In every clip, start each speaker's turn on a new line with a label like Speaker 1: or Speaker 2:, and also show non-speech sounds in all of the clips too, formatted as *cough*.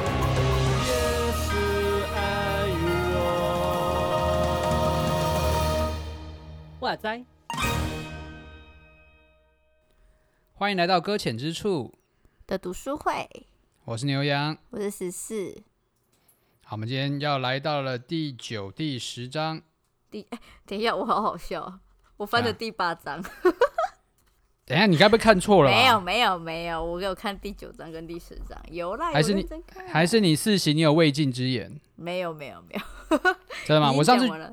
Speaker 1: 也是爱我。哇塞！
Speaker 2: 欢迎来到搁浅之处，
Speaker 3: 的读书会，
Speaker 2: 我是牛羊。
Speaker 3: 我是十四
Speaker 2: 好，我们今天要来到了第九、第十章。
Speaker 3: 等一下，我好好笑，我翻
Speaker 2: 怎
Speaker 3: 的
Speaker 2: 样
Speaker 3: 第八章，
Speaker 2: 等一下，你该不会看错了吧？
Speaker 3: 没有，没有没有，我有看第九章跟第十章，有啦，
Speaker 2: 还是
Speaker 3: 有
Speaker 2: 你
Speaker 3: 认真看
Speaker 2: 还是你四喜，你有未尽之言，
Speaker 3: 没有没有没有，
Speaker 2: 知道吗？
Speaker 3: 你
Speaker 2: 我上
Speaker 3: 怎
Speaker 2: 次
Speaker 3: 么，了？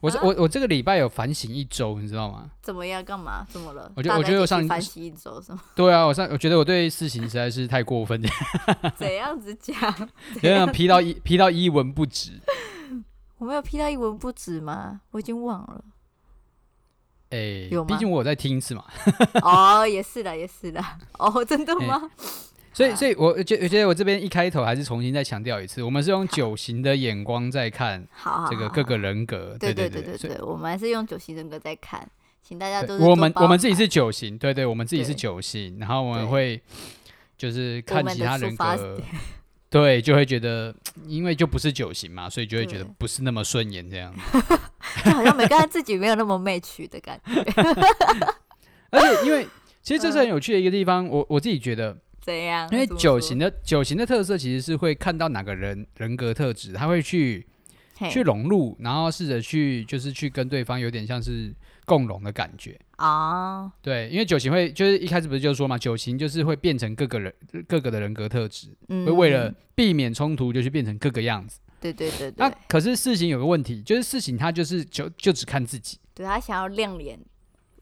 Speaker 2: 我是
Speaker 3: 啊
Speaker 2: 我我这个礼拜有反省一周，你知道吗？
Speaker 3: 怎么样？干嘛？怎么了？
Speaker 2: 我觉得
Speaker 3: 大
Speaker 2: 我
Speaker 3: 家
Speaker 2: 觉得
Speaker 3: 一
Speaker 2: 我
Speaker 3: 起
Speaker 2: 上
Speaker 3: 反省一周是吗？
Speaker 2: 对啊，我上我觉得我对事情实在是太过
Speaker 3: *laughs*
Speaker 2: 分，
Speaker 3: 怎样子
Speaker 2: *laughs*
Speaker 3: 讲？
Speaker 2: 有点批到一批到一文不值。
Speaker 3: 我没有批到一文不值吗？我已经忘了。
Speaker 2: 哎、
Speaker 3: 有吗
Speaker 2: 毕竟我有在听一次嘛，
Speaker 3: 哦，也是的，也是的。哦，真的吗？
Speaker 2: 哎所
Speaker 3: 啊
Speaker 2: 以所以我觉我觉得我这边一开头还是重新再强调一次，我们是用九型的眼光在看
Speaker 3: 好，好
Speaker 2: 这个
Speaker 3: 好
Speaker 2: 各个人格，
Speaker 3: 啊对
Speaker 2: 对
Speaker 3: 对
Speaker 2: 对，所以
Speaker 3: 对，我们还是用九型人格在看，请大家
Speaker 2: 对
Speaker 3: 都是
Speaker 2: 我
Speaker 3: 多
Speaker 2: 们
Speaker 3: 包
Speaker 2: 我们自己
Speaker 3: 涵
Speaker 2: 是九型，对对，我们自己是
Speaker 3: 对
Speaker 2: 九型，然后我们
Speaker 3: 对
Speaker 2: 会就是看
Speaker 3: 们
Speaker 2: 其
Speaker 3: 的
Speaker 2: 他
Speaker 3: 出
Speaker 2: 人
Speaker 3: 发
Speaker 2: 格，对，就会觉得因为就不是九型嘛，所以就会觉得
Speaker 3: 对
Speaker 2: 不是那么顺眼这样。
Speaker 3: 就 *laughs* 好像每个人自己没有那么 match 的感觉，
Speaker 2: 而且因为其实这是很有趣的一个地方，我我自己觉得，
Speaker 3: 怎样？
Speaker 2: 因为
Speaker 3: 嗯啊怎么
Speaker 2: 九
Speaker 3: 说
Speaker 2: 型的九型的特色其实是会看到哪个人人格特质，他会去
Speaker 3: 嘿
Speaker 2: 去融入，然后试着去就是去跟对方有点像是共融的感觉。
Speaker 3: 啊，
Speaker 2: 对，因为九型会就是一开始不是就说嘛，九型就是会变成各个人各个的人格特质，
Speaker 3: 嗯，
Speaker 2: 会为了避免冲突，就去变成各个样子。
Speaker 3: 对对对
Speaker 2: 那
Speaker 3: 对，
Speaker 2: 可是事情有个问题，就是事情他就是就就只看自己，
Speaker 3: 对他想要亮脸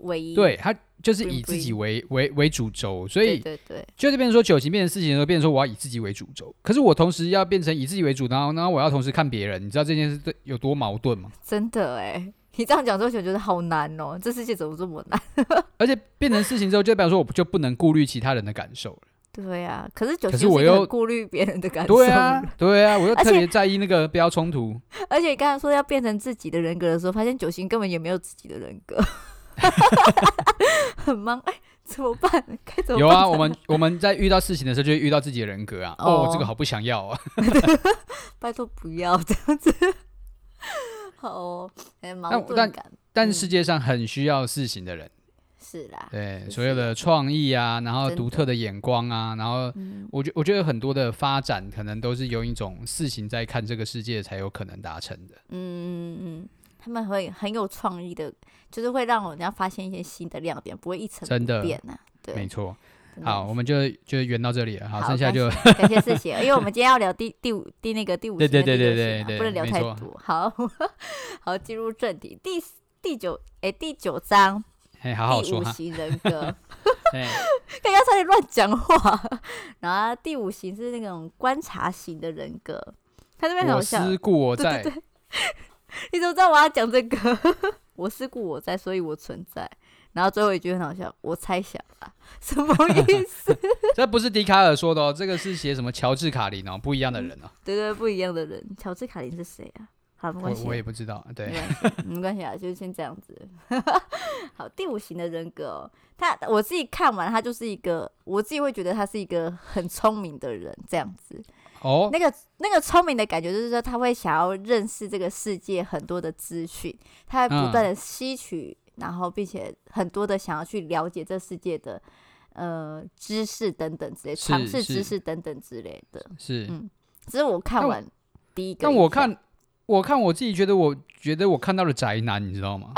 Speaker 3: 唯一，
Speaker 2: 对他就是以
Speaker 3: Bling
Speaker 2: 自己
Speaker 3: bling
Speaker 2: 为为为主轴，所
Speaker 3: 对
Speaker 2: 以
Speaker 3: 对对，
Speaker 2: 就这边说九型变成事情的时候，变成说我要以自己为主轴，可是我同时要变成以自己为主，然后然后我要同时看别人，你知道这件事对有多矛盾吗？
Speaker 3: 真的哎， *laughs* 你这样讲之后，我觉得好难哦，这世界怎么这么难？ *laughs*
Speaker 2: 而且变成事情之后，就代表说我就不能顾虑其他人的感受
Speaker 3: *laughs*
Speaker 2: 了。
Speaker 3: 对啊，可是
Speaker 2: 可
Speaker 3: 九型
Speaker 2: 是
Speaker 3: 就是
Speaker 2: 我
Speaker 3: 一个很
Speaker 2: 又
Speaker 3: 顾虑别人的感受，
Speaker 2: 对啊，，对啊，我又
Speaker 3: 而且
Speaker 2: 特别在意那个不要冲突。
Speaker 3: *laughs* 而且刚才说要变成自己的人格的时候，发现九型根本也没有自己的人格， *laughs* 很忙，哎，怎么办？ *laughs* 该怎么办？ *laughs*
Speaker 2: 有啊，我们我们在遇到事情的时候，就会遇到自己的人格啊。哦，
Speaker 3: 哦
Speaker 2: 这个好不想要啊。
Speaker 3: 拜托不要这样子。 *laughs* 好、哦，哎、矛
Speaker 2: 但
Speaker 3: 盾
Speaker 2: 但
Speaker 3: 感
Speaker 2: 但
Speaker 3: 嗯
Speaker 2: 世界上很需要事情的人，
Speaker 3: 是啦，
Speaker 2: 对
Speaker 3: 是
Speaker 2: 所有
Speaker 3: 是
Speaker 2: 的创意啊，然后
Speaker 3: 真
Speaker 2: 独
Speaker 3: 的
Speaker 2: 特的眼光啊，然后
Speaker 3: 嗯，
Speaker 2: 我觉我觉得很多的发展可能都是由一种事情在看这个世界才有可能达成的。
Speaker 3: 嗯嗯嗯，他们会很有创意的，就是会让人家发现一些新的亮点，不会一成
Speaker 2: 真的
Speaker 3: 不变啊。
Speaker 2: 没
Speaker 3: 对，
Speaker 2: 错。
Speaker 3: 真的
Speaker 2: 好，我们就就圆到这里了。好，
Speaker 3: 好
Speaker 2: 剩下
Speaker 3: 感
Speaker 2: 就
Speaker 3: *laughs* 感谢谢谢，因为我们今天要聊
Speaker 2: *laughs*
Speaker 3: 第第五第那个第五
Speaker 2: 对
Speaker 3: 型
Speaker 2: 对
Speaker 3: 跟第
Speaker 2: 对
Speaker 3: 六
Speaker 2: 对
Speaker 3: 型
Speaker 2: 对对
Speaker 3: 啊不能聊
Speaker 2: 没
Speaker 3: 太
Speaker 2: 错
Speaker 3: 多。好 *laughs* 好，进入正题，第四第九哎、第九章
Speaker 2: 哎，好好
Speaker 3: 第
Speaker 2: 说
Speaker 3: 五
Speaker 2: 哈。
Speaker 3: 型人格。 *laughs*
Speaker 2: 哎，
Speaker 3: 刚刚差点乱讲话。 *laughs* 然后第五型是那种观察型的人格，他这边很
Speaker 2: 我
Speaker 3: 好笑。
Speaker 2: 思故我
Speaker 3: 对
Speaker 2: 在
Speaker 3: 对，对， *laughs* 你怎么知道我要讲这个？ *laughs* 我是故我在，所以我存在。然后最后一句很好笑，我猜想啊，什么意思？ *laughs*
Speaker 2: 这不是笛卡尔说的哦，这个是写什么乔治卡林哦，不一样的人哦。
Speaker 3: 对对，不一样的人。乔治卡林是谁啊？好，没
Speaker 2: 我
Speaker 3: 关系
Speaker 2: 我，也不知道，对
Speaker 3: 没。关系， *laughs* 没关系啊，就是先这样子。 *laughs* 好，第五型的人格、哦，他我自己看完，他就是一个，我自己会觉得他是一个很聪明的人，这样子。
Speaker 2: 哦，
Speaker 3: 那个那个聪明的感觉，就是说他会想要认识这个世界很多的资讯，他会不断
Speaker 2: 嗯
Speaker 3: 的吸取，然后并且很多的想要去了解这世界的呃知识等等之类，
Speaker 2: 是
Speaker 3: 尝试
Speaker 2: 是
Speaker 3: 知识等等之类的。
Speaker 2: 是。
Speaker 3: 嗯只是我看
Speaker 2: 但
Speaker 3: 完第一个，
Speaker 2: 但我，看，我看我自己觉得，我觉得我看到了宅男，你知道吗？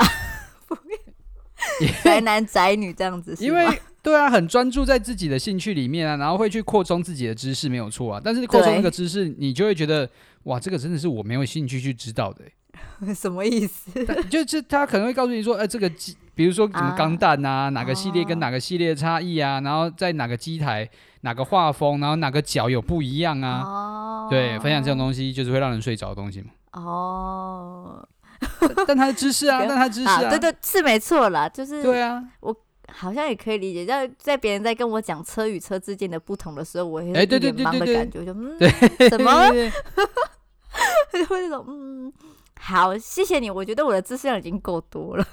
Speaker 2: *laughs*
Speaker 3: 宅男宅女这样子是
Speaker 2: 因
Speaker 3: 吗， *laughs*
Speaker 2: 为对啊，很专注在自己的兴趣里面啊，然后会去扩充自己的知识，没有错啊。但是扩充那个知识，你就会觉得哇，这个真的是我没有兴趣去知道的、欸。
Speaker 3: 什么意思？
Speaker 2: 但就是他可能会告诉你说，哎、这个机，比如说什么
Speaker 3: 啊
Speaker 2: 钢弹啊，哪个系列跟
Speaker 3: 哦
Speaker 2: 哪个系列的差异啊，然后在哪个机台、哪个画风，然后哪个角有不一样啊。
Speaker 3: 哦，
Speaker 2: 对，分享这种东西就是会让人睡着的东西嘛。
Speaker 3: 哦，
Speaker 2: 但他的知识
Speaker 3: *laughs*
Speaker 2: 啊，
Speaker 3: 不要
Speaker 2: 但他的知识
Speaker 3: 啊，对对，是没错啦，就是
Speaker 2: 对啊，
Speaker 3: 好像也可以理解，在在别人在跟我讲车与车之间的不同的时候，我也
Speaker 2: 哎
Speaker 3: 会
Speaker 2: 对
Speaker 3: 有
Speaker 2: 对
Speaker 3: 点
Speaker 2: 对 *laughs*
Speaker 3: 忙的
Speaker 2: 对
Speaker 3: *laughs* 感觉，我就嗯，
Speaker 2: 对
Speaker 3: 什么
Speaker 2: 对对对
Speaker 3: 会那种嗯，好，谢谢你。我觉得我的知识量已经够多
Speaker 2: *laughs*
Speaker 3: 了，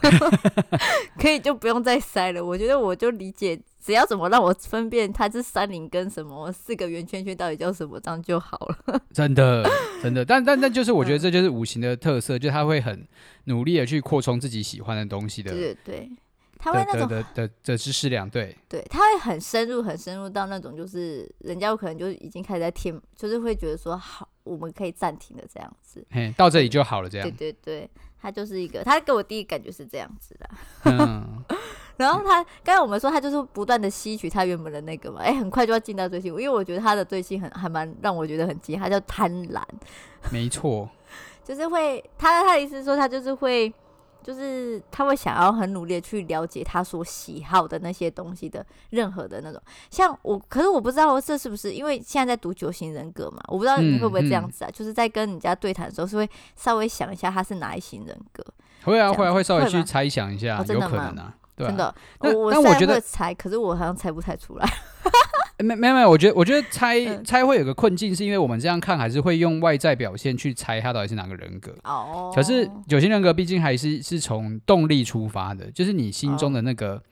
Speaker 3: *laughs* 可以就不用再塞了。我觉得我就理解，只要怎么让我分辨它是三菱跟什么四个圆圈圈到底叫什么，这样就好了。
Speaker 2: 真
Speaker 3: *laughs*
Speaker 2: 的，真的，但但但就是我觉
Speaker 3: 嗯
Speaker 2: 得这就是五行的特色，就是他会很努力的去扩充自己喜欢的东西的
Speaker 3: 对对对，它会
Speaker 2: 的
Speaker 3: 那
Speaker 2: 的
Speaker 3: 种
Speaker 2: 的的的知识量，对，
Speaker 3: 对，他会很深入，很深入到那种就是人家可能就已经开始在听，就是会觉得说好，我们可以暂停的这样子。
Speaker 2: 嘿，到这里就好了，这
Speaker 3: 对
Speaker 2: 样，
Speaker 3: 对对，他就是一个，他给我第一感觉是这样子的。
Speaker 2: 嗯，
Speaker 3: *laughs* 然后他刚才我们说他就是不断的吸取他原本的那个嘛，哎，很快就要进到最新，因为我觉得他的最新很还蛮让我觉得很惊讶，他叫贪婪，
Speaker 2: 没错，
Speaker 3: 就是会他他的意思是说他就是会。就是他会想要很努力的去了解他所喜好的那些东西的任何的那种，像我，可是我不知道这是不是因为现在在读九型人格嘛，我不知道你会不会这样
Speaker 2: 嗯嗯
Speaker 3: 子啊，就是在跟人家对谈的时候是会稍微想一下他是哪一型人格，
Speaker 2: 会啊
Speaker 3: 这样
Speaker 2: 会啊，
Speaker 3: 子
Speaker 2: 会稍微
Speaker 3: 会
Speaker 2: 去
Speaker 3: 吗
Speaker 2: 猜想一下，
Speaker 3: 哦真
Speaker 2: 有
Speaker 3: 的
Speaker 2: 可
Speaker 3: 吗
Speaker 2: 能啊，对啊，
Speaker 3: 真的，
Speaker 2: 那
Speaker 3: 我
Speaker 2: 那
Speaker 3: 虽
Speaker 2: 我
Speaker 3: 然
Speaker 2: 觉得
Speaker 3: 会猜，可是我好像猜不太出来。
Speaker 2: *laughs* 欸没没有没有，我觉得我觉得猜、
Speaker 3: 嗯
Speaker 2: 猜会有个困境，是因为我们这样看还是会用外在表现去猜他到底是哪个人格。
Speaker 3: 哦，
Speaker 2: 可是有些人格毕竟还是是从动力出发的，就是你心
Speaker 3: 哦
Speaker 2: 中的那个、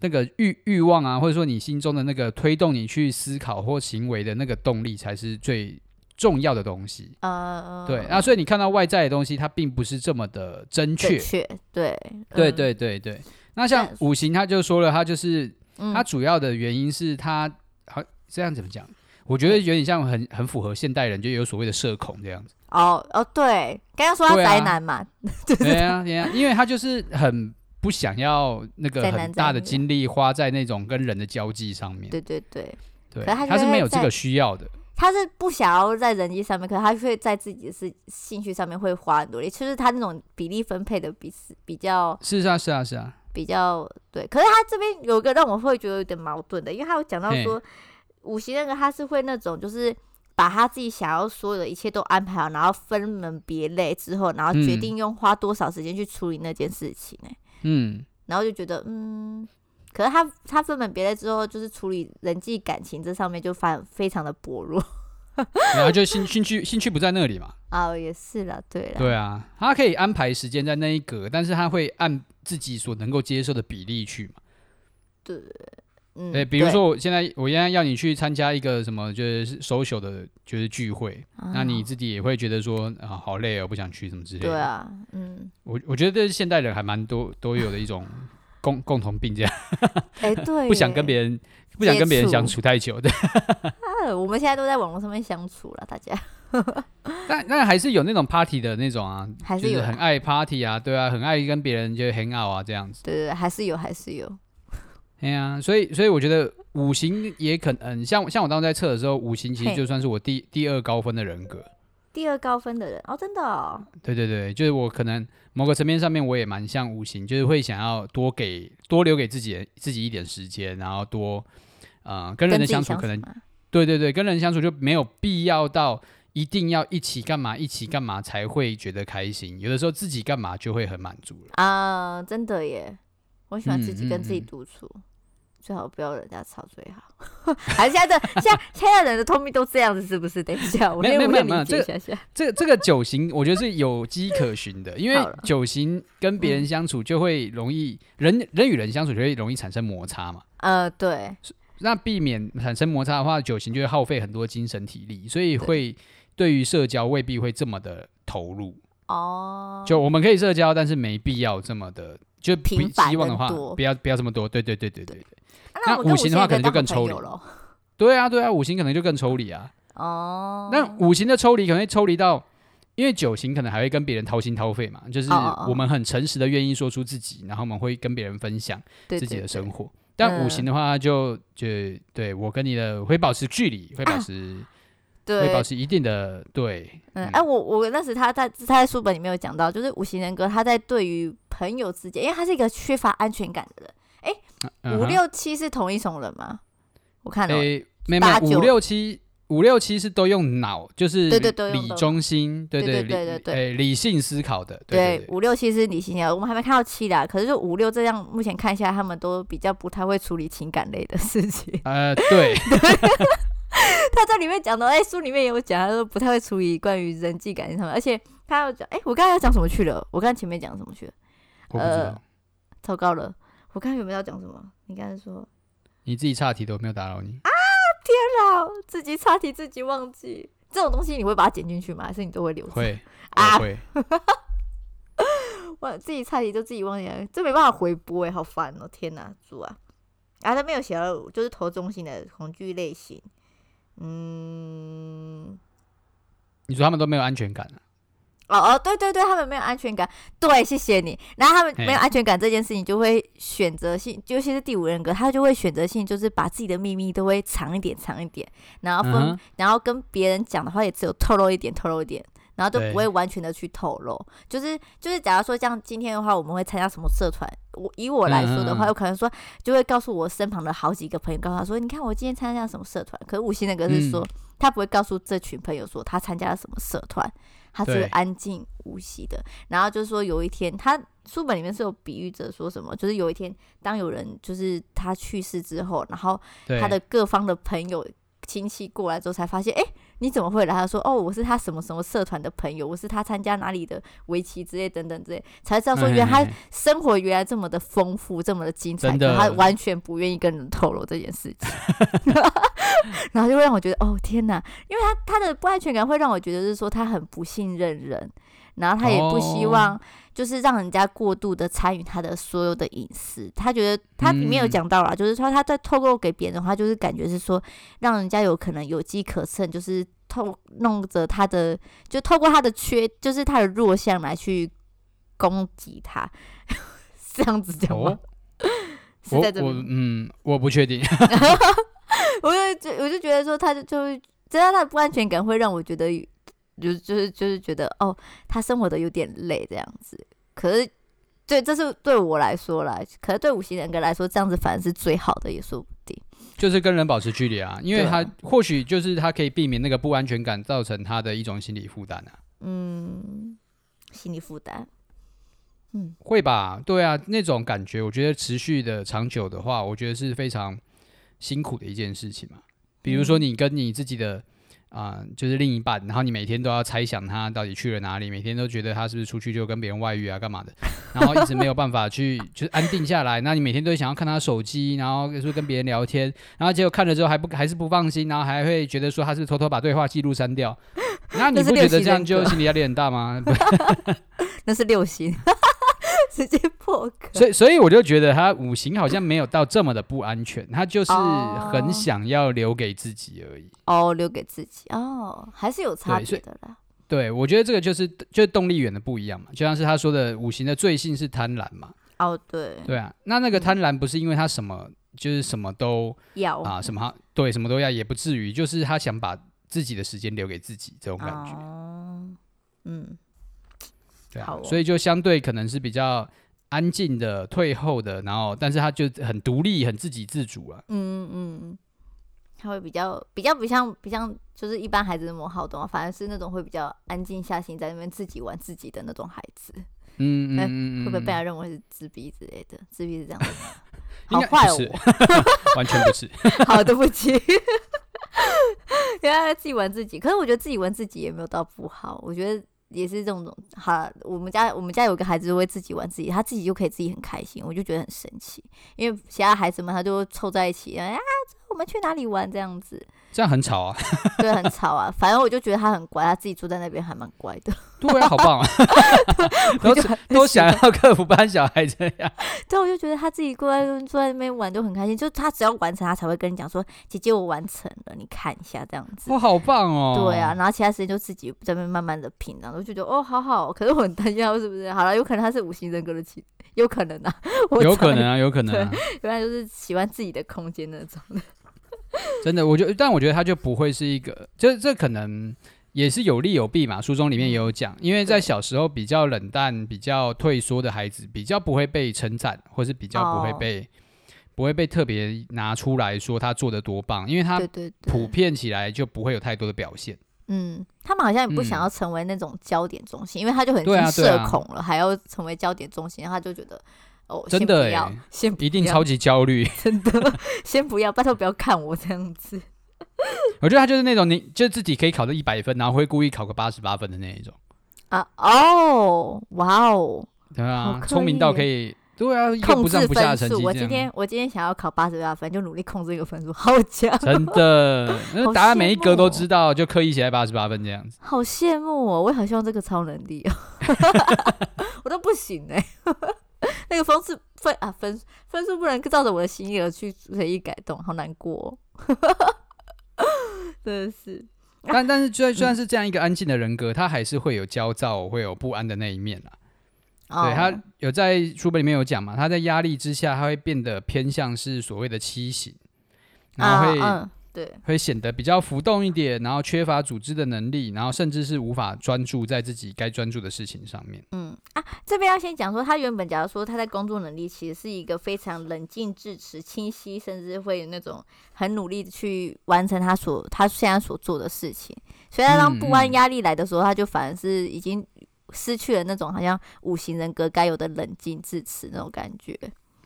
Speaker 2: 那个欲欲望啊，或者说你心中的那个推动你去思考或行为的那个动力，才是最重要的东西。
Speaker 3: 呃，
Speaker 2: 对，那所以你看到外在的东西，它并不是这么的真确
Speaker 3: 正。确，对，
Speaker 2: 对
Speaker 3: 嗯，
Speaker 2: 对对对。那像
Speaker 3: 但
Speaker 2: 五行，他就说了，他就是
Speaker 3: 嗯
Speaker 2: 它主要的原因是它好这样怎么讲？我觉得有点像很很符合现代人，就有所谓的社恐这样子。
Speaker 3: 哦哦，对，刚刚说他
Speaker 2: 对啊
Speaker 3: 宅男嘛，
Speaker 2: 对啊，对啊，因为他就是很不想要那个
Speaker 3: 在男
Speaker 2: 很大的
Speaker 3: 在女
Speaker 2: 精力花在那种跟人的交际上面。
Speaker 3: 对对对，
Speaker 2: 对，
Speaker 3: 可是他就
Speaker 2: 他是
Speaker 3: 会
Speaker 2: 没有这
Speaker 3: 在
Speaker 2: 个需要的。
Speaker 3: 他是不想要在人际上面，可是他会在自己的事兴趣上面会花很多力，就是他那种比例分配的比是比较
Speaker 2: 是啊，是啊，是啊。
Speaker 3: 比较对，可是他这边有一个让我会觉得有点矛盾的，因为他有讲到说，五行那个他是会那种就是把他自己想要所有的一切都安排好，然后分门别类之后，然后决定用花多少时间去处理那件事情、欸
Speaker 2: 嗯，
Speaker 3: 然后就觉得嗯，可是他他分门别类之后，就是处理人际感情这上面就反非常的薄弱 *laughs*
Speaker 2: 然后就兴兴趣兴趣不在那里嘛。
Speaker 3: 啊，也是啦，对啦，
Speaker 2: 对啊，他可以安排时间在那一格，但是他会按自己所能够接受的比例去嘛。
Speaker 3: 对对，对嗯，
Speaker 2: 对，比如说我现在我现在要你去参加一个什么就是 social 的，就是聚会，
Speaker 3: 啊，
Speaker 2: 那你自己也会觉得说啊，好累哦，不想去什么之类的。
Speaker 3: 对啊，
Speaker 2: *laughs*
Speaker 3: 嗯，
Speaker 2: 我我觉得这是现代人还蛮多都有的一
Speaker 3: *laughs*
Speaker 2: 种共共同病，这样
Speaker 3: 哎、对耶，
Speaker 2: 不想跟别人不想跟别人
Speaker 3: 接触
Speaker 2: 相处太久的。 *laughs*
Speaker 3: 啊 *laughs* 我们现在都在网络上面相处了，大家。
Speaker 2: 但但还是有那种 party 的那种啊，
Speaker 3: 还
Speaker 2: 就是
Speaker 3: 有
Speaker 2: 是
Speaker 3: 啦
Speaker 2: 很爱 party 啊，对啊，很爱跟别人就 hang out 啊这样子。
Speaker 3: 对对对，还是有，还是有。
Speaker 2: 哎呀、所以所以我觉得五行也可能像像我当时在测的时候，五行其实
Speaker 3: 嘿
Speaker 2: 就算是我第第二高分的人格。
Speaker 3: 第二高分的人哦，真的哦，
Speaker 2: 对对对，就是我可能某个层面上面我也蛮像五行，就是会想要多给多留给自己自己一点时间，然后多呃跟人
Speaker 3: 跟
Speaker 2: 的
Speaker 3: 自己
Speaker 2: 相
Speaker 3: 相
Speaker 2: 处可能
Speaker 3: 嘛
Speaker 2: 对对对，跟人相处就没有必要到一定要一起干嘛一起干嘛才会觉得开心，有的时候自己干嘛就会很满足了。
Speaker 3: 啊、真的耶，我喜欢自己
Speaker 2: 嗯
Speaker 3: 跟自己
Speaker 2: 嗯嗯
Speaker 3: 独处，最好不要人家吵最好。 *laughs* 还是现在的现在现在人的通病都这样子，是不是？等一下，我
Speaker 2: 没有
Speaker 3: 先
Speaker 2: 没有没有
Speaker 3: 我先
Speaker 2: 没有
Speaker 3: 理解
Speaker 2: 这
Speaker 3: 一下下。
Speaker 2: *laughs* 这这个九型，我觉得是有迹可循的，因为
Speaker 3: 好了
Speaker 2: 九型跟别人相处就会容易、人人与人相处就会容易产生摩擦嘛。
Speaker 3: 呃，对，
Speaker 2: 那避免产生摩擦的话，九型就会耗费很多精神体力，所以会对于社交未必会这么的投入。
Speaker 3: 哦，
Speaker 2: 就我们可以社交，但是没必要这么的，就不
Speaker 3: 频繁
Speaker 2: 希望的话
Speaker 3: 跟多，
Speaker 2: 不要不要这么多。对对对对对。
Speaker 3: 啊
Speaker 2: 那
Speaker 3: 我跟
Speaker 2: 五
Speaker 3: 五
Speaker 2: 行
Speaker 3: 行
Speaker 2: 的话
Speaker 3: 也
Speaker 2: 可能就
Speaker 3: 当
Speaker 2: 更
Speaker 3: 好
Speaker 2: 抽
Speaker 3: 朋友
Speaker 2: 离
Speaker 3: 咯
Speaker 2: 对啊，对啊，五行可能就更抽离啊。
Speaker 3: 哦，
Speaker 2: 那五行的抽离可能会抽离到，因为九型可能还会跟别人掏心掏肺嘛，就是
Speaker 3: 哦哦哦
Speaker 2: 我们很诚实的愿意说出自己，然后我们会跟别人分享
Speaker 3: 对
Speaker 2: 自己
Speaker 3: 对
Speaker 2: 的
Speaker 3: 对
Speaker 2: 生活。但五行
Speaker 3: 嗯
Speaker 2: 的话就，就对我跟你的会保持距离，会保持、会保
Speaker 3: 嗯对，
Speaker 2: 持一定的对，
Speaker 3: 嗯，
Speaker 2: 嗯
Speaker 3: 哎、我我那时他在他在书本里面有讲到，就是五行人格他在对于朋友之间，因为他是一个缺乏安全感的人。
Speaker 2: 嗯
Speaker 3: 五
Speaker 2: 哼
Speaker 3: 六七是同一种人吗？我看了，哦
Speaker 2: 诶，没
Speaker 3: 八
Speaker 2: 没
Speaker 3: 九
Speaker 2: 五六七五六七是都用脑，就是
Speaker 3: 对对都用
Speaker 2: 理
Speaker 3: 脑
Speaker 2: 中心，对
Speaker 3: 对
Speaker 2: 理
Speaker 3: 对对对
Speaker 2: 诶理性思考的，对。
Speaker 3: 对，五六七是理性的，我们还没看到七啦。可是就五六这样，目前看下来， *laughs* 他们都比较不太会处理情感类的事情
Speaker 2: 呃对，
Speaker 3: 他在里面讲的，哎、书里面也有讲，他说不太会处理关于人际感情上面，而且他要讲，哎、我刚才要讲什么去了？我刚才前面讲什么去了？
Speaker 2: 我不知
Speaker 3: 呃
Speaker 2: 道，
Speaker 3: 糟糕了，我刚才有没有要讲什么？你刚才说，
Speaker 2: 你自己岔题的，我没有打扰你。
Speaker 3: 啊，自己岔题，自己忘记。这种东西你会把它剪进去吗？还是你都会留着？
Speaker 2: 会，
Speaker 3: 啊
Speaker 2: 我会，
Speaker 3: 我自己差点就自己忘记了，这没办法回播哎，好烦哦！天哪，主啊！啊，他没有写到就是头中型的恐惧类型，嗯，
Speaker 2: 你说他们都没有安全感啊
Speaker 3: 哦哦，对对对，他们没有安全感，对，谢谢你。然后他们没有安全感这件事情，就会选择性，尤其是第五人格，他就会选择性就是把自己的秘密都会藏一点，藏一点，然后分，
Speaker 2: 嗯哼
Speaker 3: 然后跟别人讲的话也只有透露一点，透露一点。然后都
Speaker 2: 对
Speaker 3: 不会完全的去透露，就是就是，假如说像今天的话，我们会参加什么社团？我以我来说的
Speaker 2: 嗯嗯
Speaker 3: 话，
Speaker 2: 嗯
Speaker 3: 有可能说就会告诉我身旁的好几个朋友，告诉他说，你看我今天参加什么社团。可是五星那个是说，
Speaker 2: 嗯
Speaker 3: 他不会告诉这群朋友说他参加了什么社团，他是
Speaker 2: 对
Speaker 3: 安静无息的。然后就是说有一天，他书本里面是有比喻着说什么，就是有一天当有人就是他去世之后，然后
Speaker 2: 对，
Speaker 3: 他的各方的朋友亲戚过来之后，才发现，哎、你怎么会来？他说，哦，我是他什么什么社团的朋友，我是他参加哪里的围棋之类等等之类，才知道说，
Speaker 2: 嗯
Speaker 3: 原来
Speaker 2: 嘿
Speaker 3: 他 *laughs*
Speaker 2: 嘿
Speaker 3: 生活原来这么的丰富，这么的精彩，
Speaker 2: 真的
Speaker 3: 可他完全不愿意跟人透露这件事情， *laughs* 然后就会让我觉得，哦，天哪！因为他他的不安全感会让我觉得是说他很不信任人。然后他也不希
Speaker 2: 哦
Speaker 3: 望，就是让人家过度的参与他的所有的隐私。他觉得他里面有
Speaker 2: 嗯
Speaker 3: 讲到啦，就是说他在透露给别人的话，就是感觉是说让人家有可能有机可乘，就是透弄着他的，就透过他的缺，就是他的弱项来去攻击他， *laughs* 是这样子讲吗？
Speaker 2: 哦
Speaker 3: 是
Speaker 2: 我
Speaker 3: 在这
Speaker 2: 我
Speaker 3: 边吗，
Speaker 2: 嗯，我不确定。 *laughs*
Speaker 3: 我就就我就觉得说，他就就会，真的他的不安全感会让我觉得，就就是就是觉得哦，他生活的有点累这样子。可是，对，这是对我来说啦，可是对五行人格来说，这样子反而是最好的，也说不定。
Speaker 2: 就是跟人保持距离啊，因为
Speaker 3: 对
Speaker 2: 他
Speaker 3: 啊
Speaker 2: 或许就是他可以避免那个不安全感造成他的一种心理负担啊，
Speaker 3: 嗯，心理负担。嗯，
Speaker 2: 会吧？对啊，那种感觉，我觉得持续的长久的话，我觉得是非常辛苦的一件事情嘛。比如
Speaker 3: 嗯
Speaker 2: 说你跟你自己的啊、就是另一半，然后你每天都要猜想他到底去了哪里，每天都觉得他是不是出去就跟别人外遇啊，干嘛的，然后一直没有办法去就是安定下来。那你每天都会想要看他手机，然后就是跟别人聊天，然后结果看了之后还不还是不放心，然后还会觉得说他是不是偷偷把对话记录删掉。那你
Speaker 3: 这是
Speaker 2: 不觉
Speaker 3: 六
Speaker 2: 得
Speaker 3: 型
Speaker 2: 这样
Speaker 3: 人
Speaker 2: 就
Speaker 3: 格
Speaker 2: 心理压力很大吗？不
Speaker 3: 那是六星， *laughs* 直接破格。
Speaker 2: 所以，所以我就觉得他五行好像没有到这么的不安全，他就是很
Speaker 3: 哦
Speaker 2: 想要留给自己而已。
Speaker 3: 哦，留给自己哦，还是有差
Speaker 2: 对所
Speaker 3: 别
Speaker 2: 以
Speaker 3: 的啦。
Speaker 2: 对，我觉得这个就是就是动力源的不一样嘛，就像是他说的五行的罪性是贪婪嘛，
Speaker 3: 哦，对，
Speaker 2: 对啊，那那个贪婪不是因为他什么就是什么都
Speaker 3: 要
Speaker 2: 啊什么好对什么都要，也不至于，就是他想把自己的时间留给自己这种感觉，
Speaker 3: 哦，嗯，
Speaker 2: 对啊
Speaker 3: 好，哦
Speaker 2: 所以就相对可能是比较安静的、退后的，然后但是他就很独立、很自给自足啊。
Speaker 3: 嗯嗯，他会比较比较不像不像就是一般孩子那么好动啊，反而是那种会比较安静下心，在那边自己玩自己的那种孩子，
Speaker 2: 嗯嗯
Speaker 3: 哎
Speaker 2: 嗯嗯，
Speaker 3: 会不会被
Speaker 2: 嗯
Speaker 3: 他认为是自闭之类的？自闭是这样的吗，
Speaker 2: 应
Speaker 3: 好
Speaker 2: 该
Speaker 3: 坏
Speaker 2: 不
Speaker 3: 哦
Speaker 2: 是， *laughs* 完全不是。
Speaker 3: 好，对不起。 *laughs* 原来自己玩自己，可是我觉得自己玩自己也没有到不好，我觉得也是这种种。好啦，我们家我们家有个孩子会自己玩自己，他自己就可以自己很开心，我就觉得很神奇。因为其他孩子们他就会凑在一起，哎啊，我们去哪里玩这样子，
Speaker 2: 这样很吵啊！
Speaker 3: 对，很吵啊。反正我就觉得他很乖，他自己坐在那边还蛮乖的。
Speaker 2: 对啊，好棒
Speaker 3: *laughs*
Speaker 2: 啊！都
Speaker 3: 就很
Speaker 2: 都
Speaker 3: 喜
Speaker 2: 想
Speaker 3: 欢
Speaker 2: 要克服班小孩这样，
Speaker 3: 对，我就觉得他自己过来坐在那边玩就很开心，就他只要完成，他才会跟你讲说：“姐姐，我完成了，你看一下这样子。”
Speaker 2: 哇，好棒哦！
Speaker 3: 对啊，，然后其他时间就自己在那边慢慢的品尝，然后就觉得哦，好好。可是我很担心他是不是好了，有可能他是五行人格的起，有可能啊，我
Speaker 2: 有
Speaker 3: 猜
Speaker 2: 可能，啊，有可能啊，
Speaker 3: 原来就是喜欢自己的空间那种的。
Speaker 2: 真的，我觉得，但我觉得他就不会是一个，这这可能也是有利有弊嘛。书中里面也有讲，
Speaker 3: 嗯
Speaker 2: 因为在
Speaker 3: 对
Speaker 2: 小时候比较冷淡、比较退缩的孩子，比较不会被称赞，或是比较不会
Speaker 3: 哦
Speaker 2: 被、不会被特别拿出来说他做的多棒，因为他
Speaker 3: 对对
Speaker 2: 普
Speaker 3: 对，
Speaker 2: 遍起来就不会有太多的表现。
Speaker 3: 嗯，他们好像也不想
Speaker 2: 嗯
Speaker 3: 要成为那种焦点中心，因为他就很
Speaker 2: 对啊
Speaker 3: 经
Speaker 2: 对
Speaker 3: 社
Speaker 2: 啊
Speaker 3: 恐了，还要成为焦点中心，他就觉得哦，
Speaker 2: 真
Speaker 3: 先
Speaker 2: 的
Speaker 3: 不要
Speaker 2: 欸，
Speaker 3: 先不 *laughs*
Speaker 2: 一定
Speaker 3: 要
Speaker 2: 超级焦虑，
Speaker 3: 真的，先不要，拜托不要看我这样子。
Speaker 2: 我觉得他就是那种你就自己可以考到一百分，然后会故意考个八十八分的那一种。
Speaker 3: 啊哦，哇哦，
Speaker 2: 对啊
Speaker 3: 好，刻
Speaker 2: 聪明到
Speaker 3: 意
Speaker 2: 可以，对啊，一个
Speaker 3: 控
Speaker 2: 不
Speaker 3: 制
Speaker 2: 上不下的成
Speaker 3: 分数。
Speaker 2: 绩
Speaker 3: 我
Speaker 2: 这
Speaker 3: 今
Speaker 2: 样。
Speaker 3: 天我今天想要考八十八分，就努力控制一个分数，好强，
Speaker 2: *laughs* 真的，因为
Speaker 3: *laughs* 好
Speaker 2: 答案每一
Speaker 3: 羡
Speaker 2: 格都
Speaker 3: 慕
Speaker 2: 知道，就刻意写在八十八分这样子。
Speaker 3: 好羡慕哦！我也好希望这个超能力
Speaker 2: *laughs*
Speaker 3: 哦，我都不行哎、那个分数分啊分分数不能照着我的心意而去随意改动，好难过、哦， *laughs* 真的是。哦
Speaker 2: 但但是，虽虽然是这样一个安静的人格，他还是会有焦躁、会有不安的那一面啦。啊
Speaker 3: 哦
Speaker 2: 对他有在书本里面有讲嘛，他在压力之下，他会变得偏向是所谓的畸形，然后会、
Speaker 3: 啊、嗯，对，
Speaker 2: 会显得比较浮动一点，然后缺乏组织的能力，然后甚至是无法专注在自己该专注的事情上面。
Speaker 3: 嗯啊，这边要先讲说，他原本假如说他在工作能力其实是一个非常冷静、智齿、清晰，甚至会有那种很努力地去完成他所他现在所做的事情。所以他当
Speaker 2: 嗯
Speaker 3: 不安
Speaker 2: 嗯
Speaker 3: 压力来的时候，他就反而是已经失去了那种好像五行人格该有的冷静、智齿那种感觉。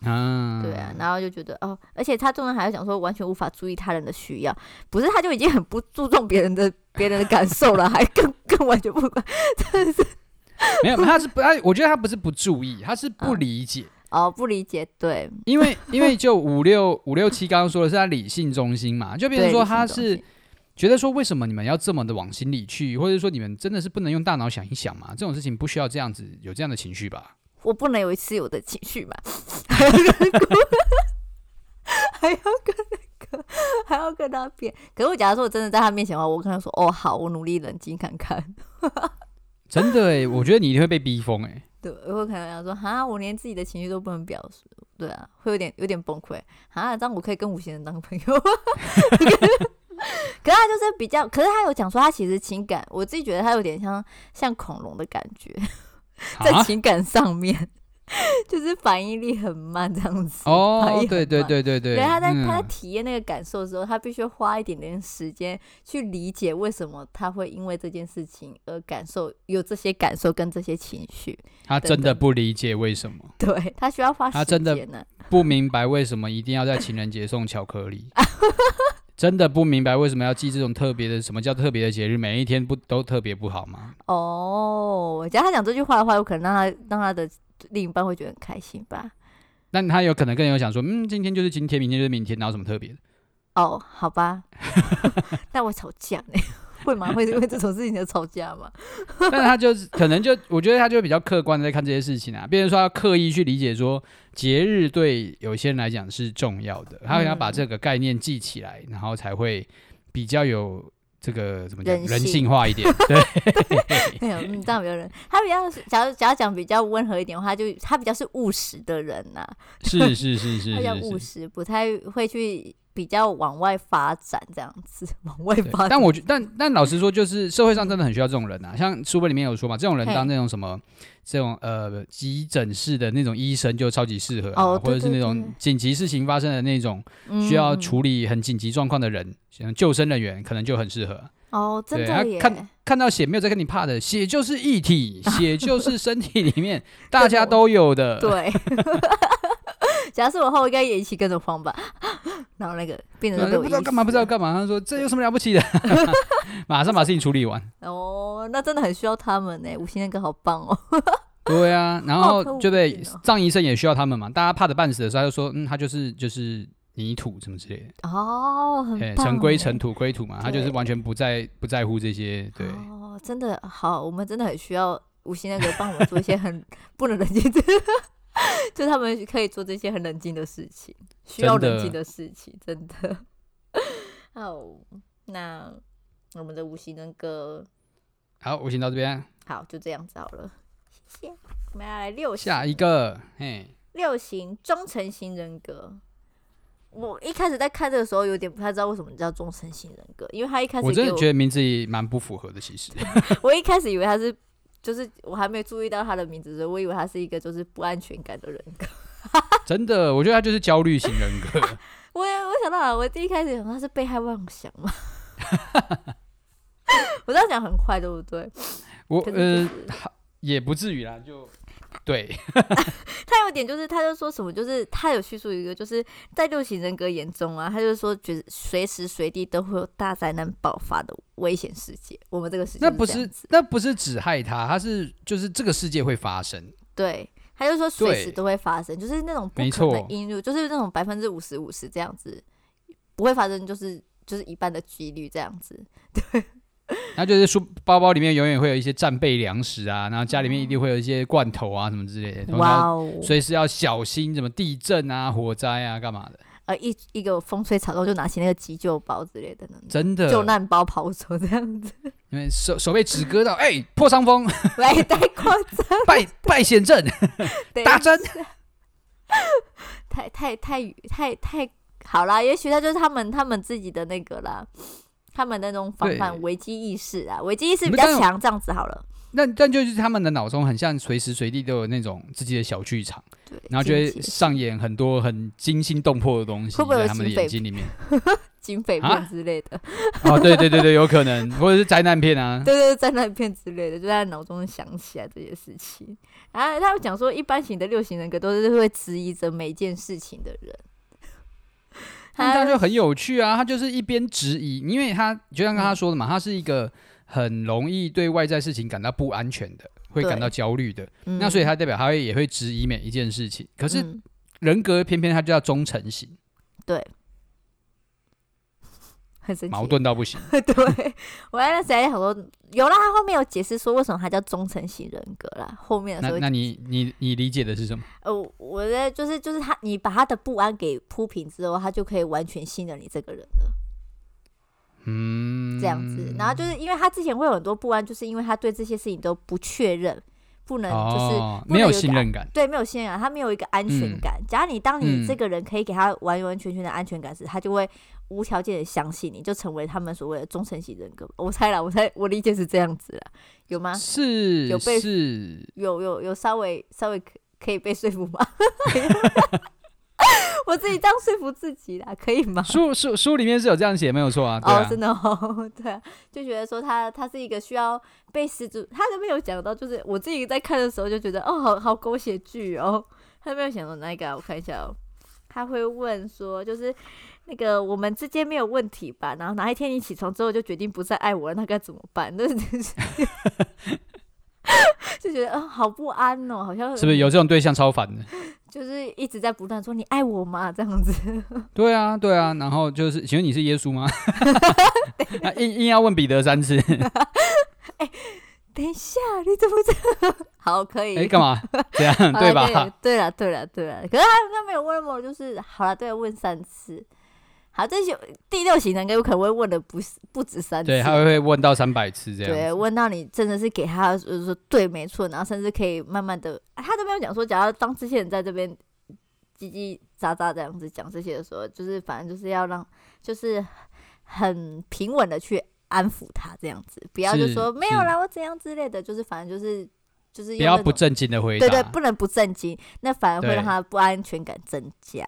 Speaker 2: 啊，
Speaker 3: 对啊，然后就觉得哦，而且他中文还要讲说完全无法注意他人的需要，不是他就已经很不注重别人的别人的感受了，还更更完全不管
Speaker 2: 没有，他是不，他我觉得他不是不注意，他是不
Speaker 3: 嗯
Speaker 2: 理解。
Speaker 3: 哦，不理解，对，
Speaker 2: 因为因为就五六五六七刚刚说的是他理性中心
Speaker 3: *laughs*
Speaker 2: 嘛，就比如
Speaker 3: 对
Speaker 2: 说
Speaker 3: 理性
Speaker 2: 他
Speaker 3: 中
Speaker 2: 是
Speaker 3: 心
Speaker 2: 觉得说为什么你们要这么的往心里去，或者说你们真的是不能用大脑想一想嘛？这种事情不需要这样子有这样的情绪吧？
Speaker 3: 我不能有一次有的情绪嘛，还要跟还要跟那个还要跟他辩。可是我假如说我真的在他面前的话，我跟他说：“哦，好，我努力冷静看看。
Speaker 2: 真的诶，我觉得你一定会被逼疯哎诶。”
Speaker 3: 对，我可能想说：“ *laughs* 哈，我连自己的情绪都不能表述。”对啊，会有点有点崩溃。啊，这样我可以跟五行人当朋友吗？ *laughs* 可是他就是比较，可是他有讲说他其实情感，我自己觉得他有点像像恐龙的感觉， *laughs* 在
Speaker 2: 啊，
Speaker 3: 情感上面、 *laughs* 就是反应力很慢这样子。反应
Speaker 2: 哦
Speaker 3: 很，
Speaker 2: 对对
Speaker 3: 慢
Speaker 2: 对对对，
Speaker 3: 对，他在他在
Speaker 2: 嗯
Speaker 3: 体验那个感受的时候，他必须花一点点时间去理解为什么他会因为这件事情而感受有这些感受跟这些情绪。
Speaker 2: 他真
Speaker 3: 等
Speaker 2: 的
Speaker 3: 等
Speaker 2: 不理解为什么，
Speaker 3: 对他需要花
Speaker 2: 他
Speaker 3: 时
Speaker 2: 真的
Speaker 3: 间呢。
Speaker 2: 不明白为什么一定要在情人节送巧克
Speaker 3: *laughs*
Speaker 2: 力。真的不明白为什么要记这种特别的，什么叫特别的节日？每一天不都特别不好吗？
Speaker 3: 哦，假如他讲这句话的话，有可能让他让他的另一半会觉得很开心吧。
Speaker 2: 那他有可能更有想说，嗯，今天就是今天，明天就是明天，哪有什么特别
Speaker 3: *laughs*
Speaker 2: 的？
Speaker 3: 哦，
Speaker 2: *laughs*
Speaker 3: 好吧，但我吵架呢，会吗？会因为这种事情就吵架吗？
Speaker 2: 但他就是可能就，我觉得他就比较客观的在看这些事情啊。变成说他刻意去理解说，节日对有些人来讲是重要的，他可能要把这个概念记起来，然后才会比较有这个怎么讲
Speaker 3: 人性
Speaker 2: 人性化
Speaker 3: *laughs*
Speaker 2: 一点。对，
Speaker 3: 没有，嗯，当然没有人，他比较是假如假如讲比较温和一点的话，就他比较是务实的人呐、
Speaker 2: 是是是是
Speaker 3: 他 *laughs* 比较务
Speaker 2: 是是。
Speaker 3: 实，不太会去比较往外发展这样子， *laughs* 往外
Speaker 2: 对
Speaker 3: 发展。
Speaker 2: 但我觉但但老实说，就是社会上真的很需要这种人啊。像书本里面有说嘛，这种人
Speaker 3: 嘿
Speaker 2: 当那种什么这种呃急诊室的那种医生就超级适合、啊，
Speaker 3: 哦
Speaker 2: 或
Speaker 3: 对
Speaker 2: 者是
Speaker 3: 对
Speaker 2: 那
Speaker 3: 对
Speaker 2: 种紧急事情发生的那种
Speaker 3: 嗯
Speaker 2: 需要处理很紧急状况的人，像救生人员可能就很适合。
Speaker 3: 哦，真
Speaker 2: 对他
Speaker 3: 的耶，
Speaker 2: 看看到血没有在跟你怕的，血就是液体，
Speaker 3: *laughs*
Speaker 2: 血就是身体里面大家都有的。
Speaker 3: 对。 *laughs* 假设我后，应该也一起跟着慌吧。 *laughs* 然后那个病
Speaker 2: 对，
Speaker 3: 人都被我
Speaker 2: 不知道
Speaker 3: 淹
Speaker 2: 干嘛，
Speaker 3: 死
Speaker 2: 不知道
Speaker 3: 了
Speaker 2: 干嘛。他说这有什么了不起的， *laughs* 马上把事情处理完。
Speaker 3: 哦，那真的很需要他们呢。五星那个好棒哦，
Speaker 2: *laughs* 对啊，然后
Speaker 3: 好可恶
Speaker 2: 就被
Speaker 3: 哦
Speaker 2: 藏医生也需要他们嘛，大家怕的半死的时候，他就说，嗯，他就是就是泥土什么之类的，
Speaker 3: 哦，很
Speaker 2: 哎，
Speaker 3: 棒。
Speaker 2: 尘归尘，。土归土嘛，他就是
Speaker 3: 对
Speaker 2: 完全不在不在乎这些，对。
Speaker 3: 哦，真的好，我们真的很需要五星那个帮我们做一些很不能冷静的， *laughs* 就他们可以做这些很冷静的事情，需要
Speaker 2: 真
Speaker 3: 冷静
Speaker 2: 的
Speaker 3: 的事情，真的。哦，那我们的五星人格
Speaker 2: 好，我先到这边，啊
Speaker 3: 好就这样子好了，谢谢。我们要来六型
Speaker 2: 下一个，嘿，
Speaker 3: 六型忠诚型人格。我一开始在看这个时候有点不太知道为什么叫忠诚型人格，因为他一开始
Speaker 2: 我真
Speaker 3: 给
Speaker 2: 的觉得名字也蛮不符合的，其实。
Speaker 3: *laughs* 我一开始以为他是，就是我还没有注意到他的名字的时候，我以为他是一个就是不安全感的人格。
Speaker 2: 真的，我觉得他就是焦虑型人格。
Speaker 3: *laughs* *laughs* 我也我想到了，我第一开始想他是被害妄想嘛。 *laughs* 我这样讲很快，对不对？
Speaker 2: 我
Speaker 3: 可是就
Speaker 2: 呃
Speaker 3: 是，
Speaker 2: 也不至于啦，就对，
Speaker 3: 他有点就是，他就说什么，就是他有叙述一个，就是在六型人格眼中啊，他就说觉得随时随地都会有大灾难爆发的危险世界。我们这个世界
Speaker 2: 那不
Speaker 3: 这样
Speaker 2: 是
Speaker 3: 子
Speaker 2: 那不是只害他，他是就是这个世界会发生。
Speaker 3: 对，他就说随时
Speaker 2: 对
Speaker 3: 都会发生，就是那种不
Speaker 2: 没
Speaker 3: 可
Speaker 2: 错
Speaker 3: 能因素，就是那种百分之五十五十这样子，不会发生，就是就是一半的几率这样子。
Speaker 2: 他就是书包包里面永远会有一些战备粮食啊，然后家里面一定会有一些罐头啊什么之类的，然
Speaker 3: 嗯哇
Speaker 2: 后
Speaker 3: 哦！
Speaker 2: 随时要小心什么地震啊、火灾啊、干嘛的，
Speaker 3: 呃，一一个风吹草动就拿起那个急救包之类的呢，
Speaker 2: 真的。
Speaker 3: 救难包跑走这样子， *laughs*
Speaker 2: 因为手手被纸割到，哎、破伤风，
Speaker 3: 来太夸张，
Speaker 2: 败败险症，
Speaker 3: 对
Speaker 2: 打针。
Speaker 3: *laughs* 太太太太太好啦，也许他就是他们他们自己的那个啦，他们那种防范
Speaker 2: 对
Speaker 3: 危机意识啊，危机意识
Speaker 2: 你
Speaker 3: 比
Speaker 2: 们
Speaker 3: 较
Speaker 2: 这样
Speaker 3: 强，这样子好了。
Speaker 2: 那但就是他们的脑中很像随时随地都有那种自己的小剧场，
Speaker 3: 对，
Speaker 2: 然后就会
Speaker 3: 金姐
Speaker 2: 上演很多很惊心动魄的东西
Speaker 3: 会不会有
Speaker 2: 在他们的
Speaker 3: 警匪
Speaker 2: 眼睛里面。
Speaker 3: 警匪
Speaker 2: 啊
Speaker 3: 片之类的，
Speaker 2: 哦，对对对对，有可能，或者是灾难片啊。
Speaker 3: 对对，对灾难片之类的，就在脑中想起来这些事情。啊，他们讲说，一般型的六型人格都是会质疑着每件事情的人。
Speaker 2: 那
Speaker 3: 他
Speaker 2: 这样就很有趣啊！他就是一边质疑，因为他就像刚他说的嘛，
Speaker 3: 嗯
Speaker 2: 他是一个很容易对外在事情感到不安全的，会感
Speaker 3: 对
Speaker 2: 到焦虑的。那所以
Speaker 3: 嗯
Speaker 2: 他代表他会也会质疑每一件事情。可
Speaker 3: 可
Speaker 2: 是人格偏偏他就要忠诚型，
Speaker 3: 很神奇
Speaker 2: 矛。盾到不行。
Speaker 3: *laughs* 对，我在那时还想说，有啦，他后面有解释说为什么他叫忠诚型人格啦。后面的
Speaker 2: 那
Speaker 3: 时候
Speaker 2: 那你你你理解的是什么？
Speaker 3: 呃，我在就是就是他，你把他的不安给铺平之后，他就可以完全信任你这个人了，
Speaker 2: 嗯，
Speaker 3: 这样子。然后就是因为他之前会有很多不安，就是因为他对这些事情都不确认，不能嗯就是、
Speaker 2: 哦，
Speaker 3: 不能
Speaker 2: 没
Speaker 3: 有一个
Speaker 2: 信任感。
Speaker 3: 对没有信任感，他没有一个安全
Speaker 2: 嗯
Speaker 3: 感。假如你当你
Speaker 2: 嗯
Speaker 3: 这个人可以给他完完全全的安全感时，他就会无条件的相信你，就成为他们所谓的忠诚型人格吧。我猜啦，我猜我理解是这样子啦，有吗？
Speaker 2: 是
Speaker 3: 啊有被
Speaker 2: 是，
Speaker 3: 有有有稍微稍微可可以被说服
Speaker 2: *laughs*
Speaker 3: 吗？ *laughs* 我自己这样说服自己啦，可以吗？
Speaker 2: 书书书里面是有这样写，没有错啊。对
Speaker 3: 哦，
Speaker 2: 啊
Speaker 3: 真，的哦， *laughs* 对啊，就觉得说他他是一个需要被十足，他都没有讲到，就是我自己在看的时候就觉得哦，好好狗血剧哦，他没有想到那个啊，我看一下哦，他会问说就是那个我们之间没有问题吧，然后哪一天你起床之后就决定不再爱我了，那该怎么办？ *laughs* 那就觉得嗯、好不安哦，好像
Speaker 2: 是不是有这种对象超烦的？
Speaker 3: 就是一直在不断说你爱我吗这样子， *laughs*
Speaker 2: 对啊，对啊，然后就是，请问你是耶稣吗？啊硬硬要问彼得三
Speaker 3: *laughs*
Speaker 2: 次，
Speaker 3: 等一下你怎么这样？ *laughs* 好，可以。
Speaker 2: 哎，干嘛？这样
Speaker 3: *laughs* 好
Speaker 2: 对
Speaker 3: 啦
Speaker 2: 吧？？
Speaker 3: 啊对了，对了，对了。可是他他没有问那么，就是好了，对了，问三次。好，这些第六型人格有可能会问的不是不止三次，
Speaker 2: *laughs* 对，他会问到三百次这
Speaker 3: 对
Speaker 2: 样子。
Speaker 3: 问到你真的是给他就是说对，没错，然后甚至可以慢慢的，他都没有讲说，假如当这些人在这边叽叽喳喳这样子讲这些的时候，就是反正就是要让就是很平稳的去安抚他这样子，不要就是说没有
Speaker 2: 是
Speaker 3: 啦，我怎样之类的，就是反正就是就是
Speaker 2: 不
Speaker 3: 用
Speaker 2: 要
Speaker 3: 那
Speaker 2: 不
Speaker 3: 种
Speaker 2: 正经的回
Speaker 3: 对对，
Speaker 2: 答，
Speaker 3: 不能不正经，那反而会
Speaker 2: 对
Speaker 3: 让他不安全感增加。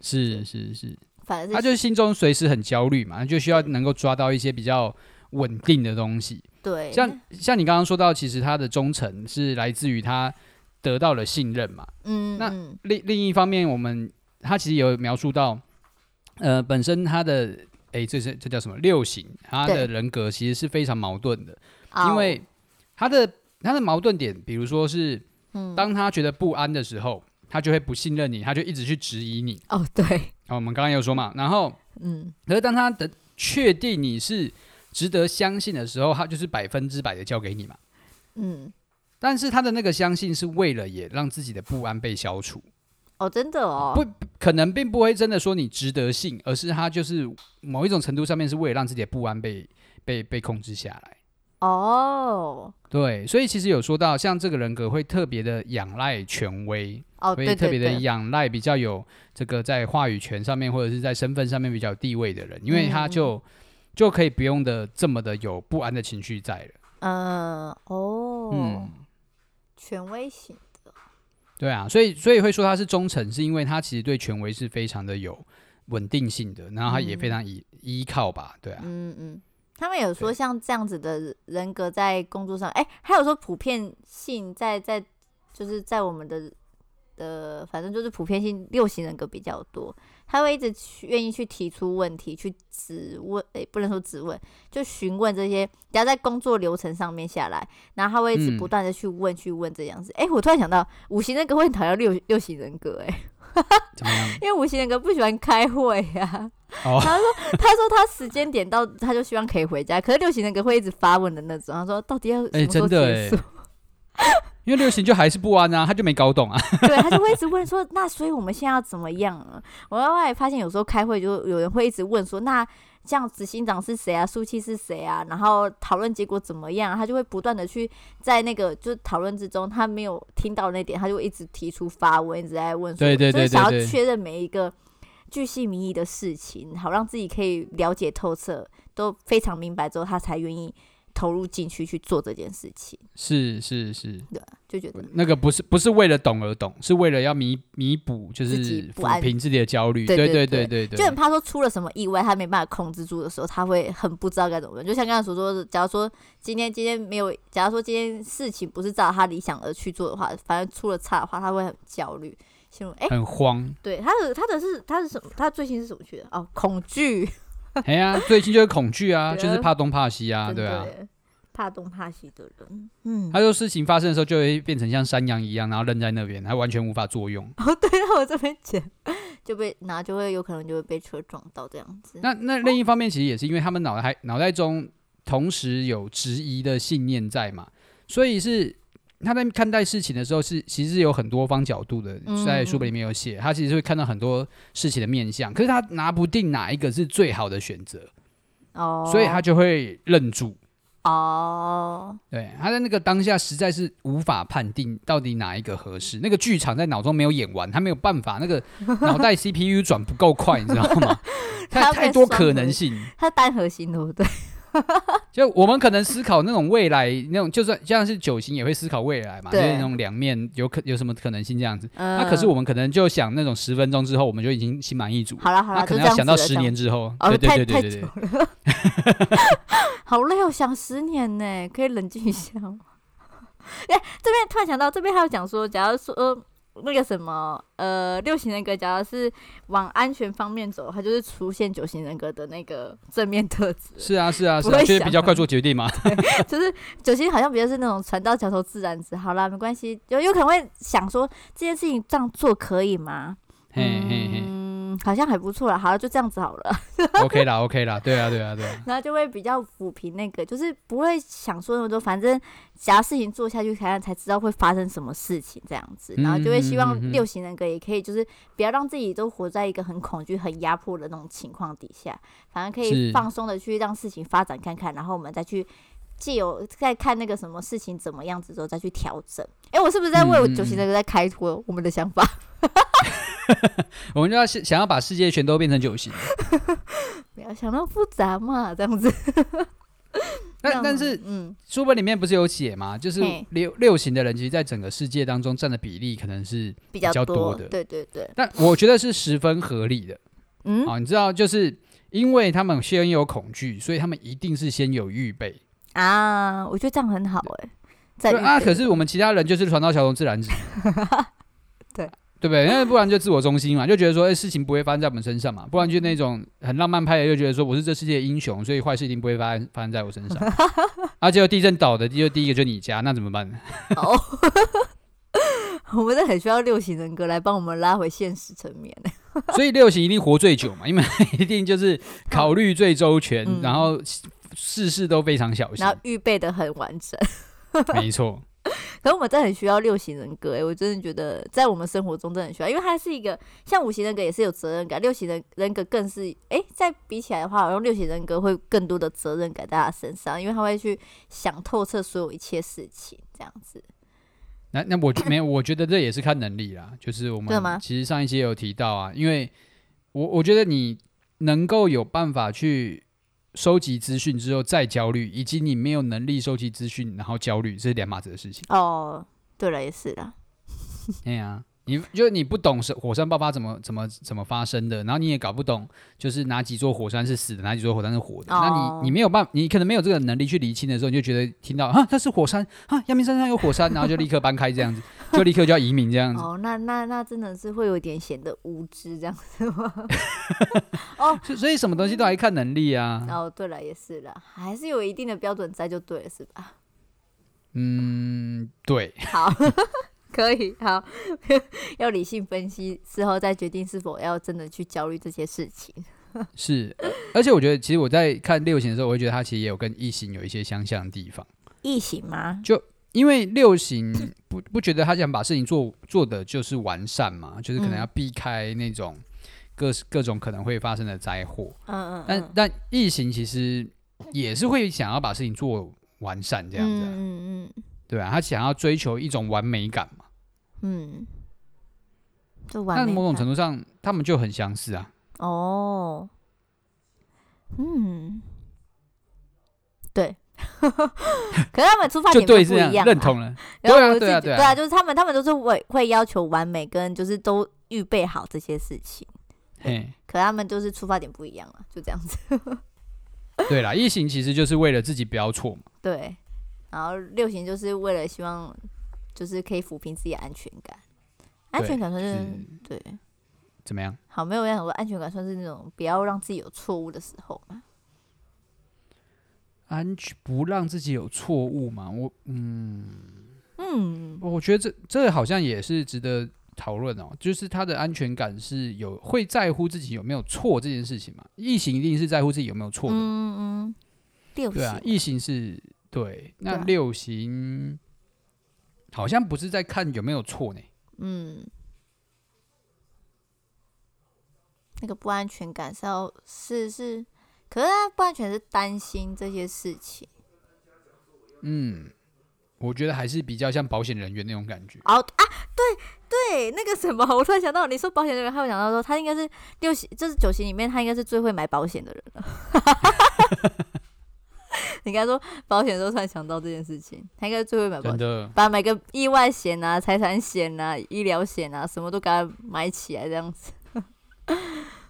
Speaker 2: 是是是，
Speaker 3: 反而
Speaker 2: 他
Speaker 3: 是
Speaker 2: 就是心中随时很焦虑嘛，就需要能够抓到一些比较稳定的东西。
Speaker 3: 对，
Speaker 2: 像像你刚刚说到，其实他的忠诚是来自于他得到了信任嘛。
Speaker 3: 嗯
Speaker 2: 那
Speaker 3: 嗯
Speaker 2: 另另一方面，我们他其实有描述到，呃，本身他的诶，这是这叫什么六型，他的
Speaker 3: 对
Speaker 2: 人格其实是非常矛盾的，
Speaker 3: 哦
Speaker 2: 因为他的他的矛盾点，比如说是
Speaker 3: 嗯
Speaker 2: 当他觉得不安的时候，他就会不信任你，他就一直去质疑你。
Speaker 3: 哦对，
Speaker 2: 好，我们刚刚有说嘛，然后
Speaker 3: 嗯
Speaker 2: 可是当他的确定你是值得相信的时候，他就是百分之百的交给你嘛。
Speaker 3: 嗯，
Speaker 2: 但是他的那个相信是为了也让自己的不安被消除，
Speaker 3: 哦真的哦，
Speaker 2: 不可能并不会真的说你值得信，而是他就是某一种程度上面是为了让自己的不安被被被控制下来。
Speaker 3: 哦
Speaker 2: 对，所以其实有说到，像这个人格会特别的仰赖权威，
Speaker 3: 哦
Speaker 2: 会
Speaker 3: 对
Speaker 2: 特
Speaker 3: 对
Speaker 2: 别的
Speaker 3: 对，
Speaker 2: 仰赖比较有这个在话语权上面或者是在身份上面比较有地位的人，因为他就、
Speaker 3: 嗯
Speaker 2: 就可以不用的这么的有不安的情绪在了。
Speaker 3: 嗯哦
Speaker 2: 嗯，，
Speaker 3: 权威型的，
Speaker 2: 对啊，所以所以会说他是忠诚，是因为他其实对权威是非常的有稳定性的，然后他也非常依、依靠吧，对啊，
Speaker 3: 嗯嗯。他们有说
Speaker 2: 对
Speaker 3: 像这样子的人格在工作上，哎、还有说普遍性在在就是在我们的呃，反正就是普遍性六型人格比较多，他会一直去愿意去提出问题，去质问，诶、不能说质问，就询问这些，只要在工作流程上面下来，然后他会一直
Speaker 2: 嗯
Speaker 3: 不断的去问、去问这样子。诶、我突然想到，五型人格会很讨厌六六型人格、诶，
Speaker 2: 怎么样？
Speaker 3: 因为五型人格不喜欢开会呀、
Speaker 2: 哦
Speaker 3: 他说，他说他时间点到，他就希望可以回家，可是六型人格会一直发问的那种，他说到底要什
Speaker 2: 诶
Speaker 3: 么时候
Speaker 2: 哎真的哎
Speaker 3: 结束？
Speaker 2: 因为六型就还是不安啊，他就没搞懂啊。 *laughs*
Speaker 3: 对，他就会一直问说，那所以我们现在要怎么样啊？我后来发现有时候开会就有人会一直问说，那这样执行长是谁啊，书记是谁啊，然后讨论结果怎么样啊？他就会不断的去在那个就是讨论之中，他没有听到那点，他就会一直提出发问，一直在问说，
Speaker 2: 对对对
Speaker 3: 就是想
Speaker 2: 对
Speaker 3: 要
Speaker 2: 对
Speaker 3: 确认每一个巨细靡遗的事情，好让自己可以了解透彻，都非常明白之后，他才愿意投入进去去做这件事情，
Speaker 2: 是是是，
Speaker 3: 对吧，就觉得
Speaker 2: 那个不是不是为了懂而懂，是为了要弥弥补，就
Speaker 3: 自己
Speaker 2: 是
Speaker 3: 不
Speaker 2: 抚
Speaker 3: 安
Speaker 2: 平自己的焦虑。
Speaker 3: 对
Speaker 2: 对
Speaker 3: 对
Speaker 2: 对对对，
Speaker 3: 就很怕说出了什么意外，他没办法控制住的时候，他会很不知道该怎么办。就像刚才所说的，假如说今天今天没有，假如说今天事情不是照他理想而去做的话，反而出了差的话，他会很焦虑，陷入哎，
Speaker 2: 很
Speaker 3: *laughs*
Speaker 2: 慌。
Speaker 3: 对他的他的是他是什么？他最新是什么去的？哦，恐惧，
Speaker 2: 哎呀，最近就是恐惧啊，
Speaker 3: 对
Speaker 2: 就是怕东怕西啊，
Speaker 3: 真
Speaker 2: 对啊
Speaker 3: 的。耶怕东怕西的人，嗯，
Speaker 2: 他说事情发生的时候就会变成像山羊一样，然后愣在那边，他完全无法作用。
Speaker 3: 哦， *laughs* 对，到我这边讲就被，然后就会有可能就会被车撞到这样子，
Speaker 2: 那那另一方面，其实也是因为他们脑袋脑袋中同时有质疑的信念在嘛，所以是他在看待事情的时候是其实是有很多方角度的，
Speaker 3: 嗯
Speaker 2: 在书本里面有写，他其实会看到很多事情的面相，可是他拿不定哪一个是最好的选择，
Speaker 3: 哦，
Speaker 2: 所以他就会愣住。
Speaker 3: 哦，
Speaker 2: 对，他在那个当下实在是无法判定到底哪一个合适。那个剧场在脑中没有演完，他没有办法，那个脑袋 CPU 转不够快，你知道
Speaker 3: *laughs*
Speaker 2: 吗？
Speaker 3: 他
Speaker 2: 他
Speaker 3: 被
Speaker 2: 太多
Speaker 3: 双
Speaker 2: 可
Speaker 3: 核
Speaker 2: 能性，
Speaker 3: 他单核心对不对？
Speaker 2: 就我们可能思考那种未来，那种就算像是九型也会思考未来嘛，就
Speaker 3: 对
Speaker 2: 是那种两面有可有什么可能性这样子。
Speaker 3: 嗯
Speaker 2: 那、可是我们可能就想那种十分钟之后，我们就已经心满意足。
Speaker 3: 好了好
Speaker 2: 那
Speaker 3: 了，
Speaker 2: 可
Speaker 3: 就这
Speaker 2: 能要
Speaker 3: 样
Speaker 2: 想
Speaker 3: 子
Speaker 2: 到
Speaker 3: 了
Speaker 2: 十
Speaker 3: 这样
Speaker 2: 年之后，
Speaker 3: 哦，
Speaker 2: 对对
Speaker 3: 太
Speaker 2: 对对
Speaker 3: 太
Speaker 2: 对
Speaker 3: 久
Speaker 2: 对，
Speaker 3: 了，好累哦，想十年呢，可以冷静一下吗？哎、这边突然想到，这边还有讲说，假如说、呃、那个什么，呃，六型人格，假如是往安全方面走，它就是出现九型人格的那个正面特质，
Speaker 2: *laughs* 是啊是
Speaker 3: *laughs*
Speaker 2: 啊是
Speaker 3: 不
Speaker 2: 啊，
Speaker 3: 会
Speaker 2: 就是
Speaker 3: 想
Speaker 2: 比较
Speaker 3: 的
Speaker 2: 快做决定
Speaker 3: *laughs*
Speaker 2: 嘛。
Speaker 3: 就是九型好像比较是那种船到桥头自然直，好啦，没关系，有有可能会想说这件事情这样做可以吗？
Speaker 2: 嘿嘿嘿
Speaker 3: 嗯，好像还不错啦，好了，就这样子好了。
Speaker 2: ，OK 啦 OK 啦，对啊对啊对啊。
Speaker 3: 然后就会比较抚平那个，就是不会想说那么多，反正只要事情做下去，看看才知道会发生什么事情这样子。然后就会
Speaker 2: 嗯嗯
Speaker 3: 希
Speaker 2: 嗯
Speaker 3: 望
Speaker 2: 嗯
Speaker 3: 六型人格也可以，就是不要让自己都活在一个很恐惧、很压迫的那种情况底下，反而可
Speaker 2: 是
Speaker 3: 以放松的去让事情发展看看，然后我们再去。借由再看那个什么事情怎么样子之后再去调整。哎、我是不是在为我
Speaker 2: 嗯嗯
Speaker 3: 九型
Speaker 2: 嗯
Speaker 3: 人格在开脱我们的想法？ *laughs*
Speaker 2: 我们就要是想要把世界全都变成九型。
Speaker 3: 不要想那么复杂嘛，这样子。
Speaker 2: 但
Speaker 3: 让
Speaker 2: 但
Speaker 3: 我
Speaker 2: 是
Speaker 3: *laughs* 嗯，
Speaker 2: 书本里面不是有写嘛，就是
Speaker 3: 嘿
Speaker 2: 六六型的人，其实在整个世界当中占的比例可能是，
Speaker 3: 比较
Speaker 2: 比较多的
Speaker 3: 对对对，
Speaker 2: 但我觉得是十分合理的。
Speaker 3: 嗯，
Speaker 2: 啊，你知道，就是因为他们先有恐惧，所以他们一定是先有预备。
Speaker 3: 啊，我觉得这样很好哎、在
Speaker 2: 对啊，
Speaker 3: 预
Speaker 2: 可
Speaker 3: 备。
Speaker 2: 是我们其他人就是船到桥头自然直
Speaker 3: *laughs* 对。
Speaker 2: 对不对？因为不然就自我中心
Speaker 3: *laughs*
Speaker 2: 嘛，就觉得说，哎、事情不会发生在我们身上嘛。不然就那种很浪漫派的，就觉得说我是这世界的英雄，所以坏事一定不会发生发生在我身
Speaker 3: *laughs*
Speaker 2: 上。啊，结果地震倒的，就第一个就是你家，那怎么办呢？
Speaker 3: *laughs* 哦，我们这很需要六型人格来帮我们拉回现实层面。
Speaker 2: 所以六型一定活最久嘛，因为一定就是考虑最周全，
Speaker 3: 嗯
Speaker 2: 然后事事都非常小心
Speaker 3: 然。后预备的很完整。 *laughs*
Speaker 2: 没错，
Speaker 3: 可是我们真的很需要六型人格、欸，我真的觉得在我们生活中真的很需要，因为它是一个像五型人格也是有责任感，六型人人格更是哎、欸在比起来的话，好像六型人格会更多的责任感在他身上，因为他会去想透彻所有一切事情，这样子。
Speaker 2: 那那我没有，我觉得这也是看能力啦。就是我
Speaker 3: 对吗
Speaker 2: 们其实上一期也有提到啊，因为我我觉得你能够有办法去收集资讯之后再焦虑，以及你没有能力收集
Speaker 3: *laughs*。
Speaker 2: 资讯然后焦虑，这是两码子的事情
Speaker 3: 哦，对了，也是啦。
Speaker 2: 哎呀、你就是你不懂是火山爆发怎么怎么怎么发生的，然后你也搞不懂就是哪几座火山是死的，哪几座火山是活的。那
Speaker 3: 哦
Speaker 2: 你你没有办法，你可能没有这个能力去厘清的时候，你就觉得听到啊，它是火山啊，阳明山上有火山，然后就立刻搬开这样子，就立刻就要移民这样子。
Speaker 3: 哦，那那那真的是会有点显得无知这样子吗？哦
Speaker 2: 所所以什么东西都还看能力啊。
Speaker 3: 哦，对了，也是了，还是有一定的标准在就对了，是吧？ *laughs*
Speaker 2: 嗯，对，
Speaker 3: 好， *laughs* 可以，好， *laughs* 要理性分析之后再决定是否要真的去焦虑这些事情。
Speaker 2: 是。呃而且我觉得，其实我在看六型的时候，我会觉得它其实也有跟异形有一些相像的地方。
Speaker 3: 异形吗？
Speaker 2: 因为六
Speaker 3: *laughs*
Speaker 2: 型不不觉得他想把事情做做的就是完善嘛，就是可能
Speaker 3: 嗯
Speaker 2: 要避开那种各各种可能会发生的灾祸。
Speaker 3: 嗯嗯，
Speaker 2: 但、
Speaker 3: 嗯
Speaker 2: 但异形其实也是会想要把事情做完善这样子啊、
Speaker 3: 嗯嗯嗯
Speaker 2: 对啊，他想要追求一种完美感嘛。
Speaker 3: 嗯，就完
Speaker 2: 但
Speaker 3: 美
Speaker 2: 某种
Speaker 3: 派
Speaker 2: 程度上，他们就很相似啊。
Speaker 3: 哦，嗯，对， *laughs* 可是他们出发
Speaker 2: 就
Speaker 3: 点就
Speaker 2: 对，
Speaker 3: 不
Speaker 2: 这
Speaker 3: 一
Speaker 2: 样
Speaker 3: 样啊
Speaker 2: 认
Speaker 3: 啦
Speaker 2: 同了。
Speaker 3: 然后
Speaker 2: 对啊
Speaker 3: 我自
Speaker 2: 对啊
Speaker 3: 己
Speaker 2: 对啊
Speaker 3: 对啊，就是他们，他们都是会会要求完美，跟就是都预备好这些事情。
Speaker 2: 嘿，
Speaker 3: 可他们就是出发点不一样了，就这样子。 *laughs*
Speaker 2: 对啦，异形其实就是为了自己不要错嘛。
Speaker 3: 对，然后六型就是为了希望，就是可以抚平自己的安全感。安全感算
Speaker 2: 就是是
Speaker 3: 对，
Speaker 2: 怎么样？
Speaker 3: 好，没有人想说安全感算是那种不要让自己有错误的时候嘛。
Speaker 2: 安全不让自己有错误嘛？我嗯。
Speaker 3: 嗯，
Speaker 2: 我觉得这这好像也是值得讨论哦，就是他的安全感是有会在乎自己有没有错这件事情嘛？异形一定是在乎自己有没有错的嘛，
Speaker 3: 嗯嗯，六
Speaker 2: 对啊，
Speaker 3: 型
Speaker 2: 异形是对，
Speaker 3: 对
Speaker 2: 那
Speaker 3: 啊
Speaker 2: 六型好像不是在看有没有错呢，
Speaker 3: 嗯，那个不安全感是要是是，可是他不安全是担心这些事情。
Speaker 2: 嗯，我觉得还是比较像保险人员那种感觉，
Speaker 3: 哦啊，对对，那个什么，我突然想到，你说保险人员，他会想到说他应该是六型，就是九型里面他应该是最会买保险的人了。你刚才说保险的时候突然想到这件事情，他应该是最会买保
Speaker 2: 真
Speaker 3: 险，
Speaker 2: 的，
Speaker 3: 把每个意外险啊、财产险啊、医疗险啊，什么都给他买起来这样子。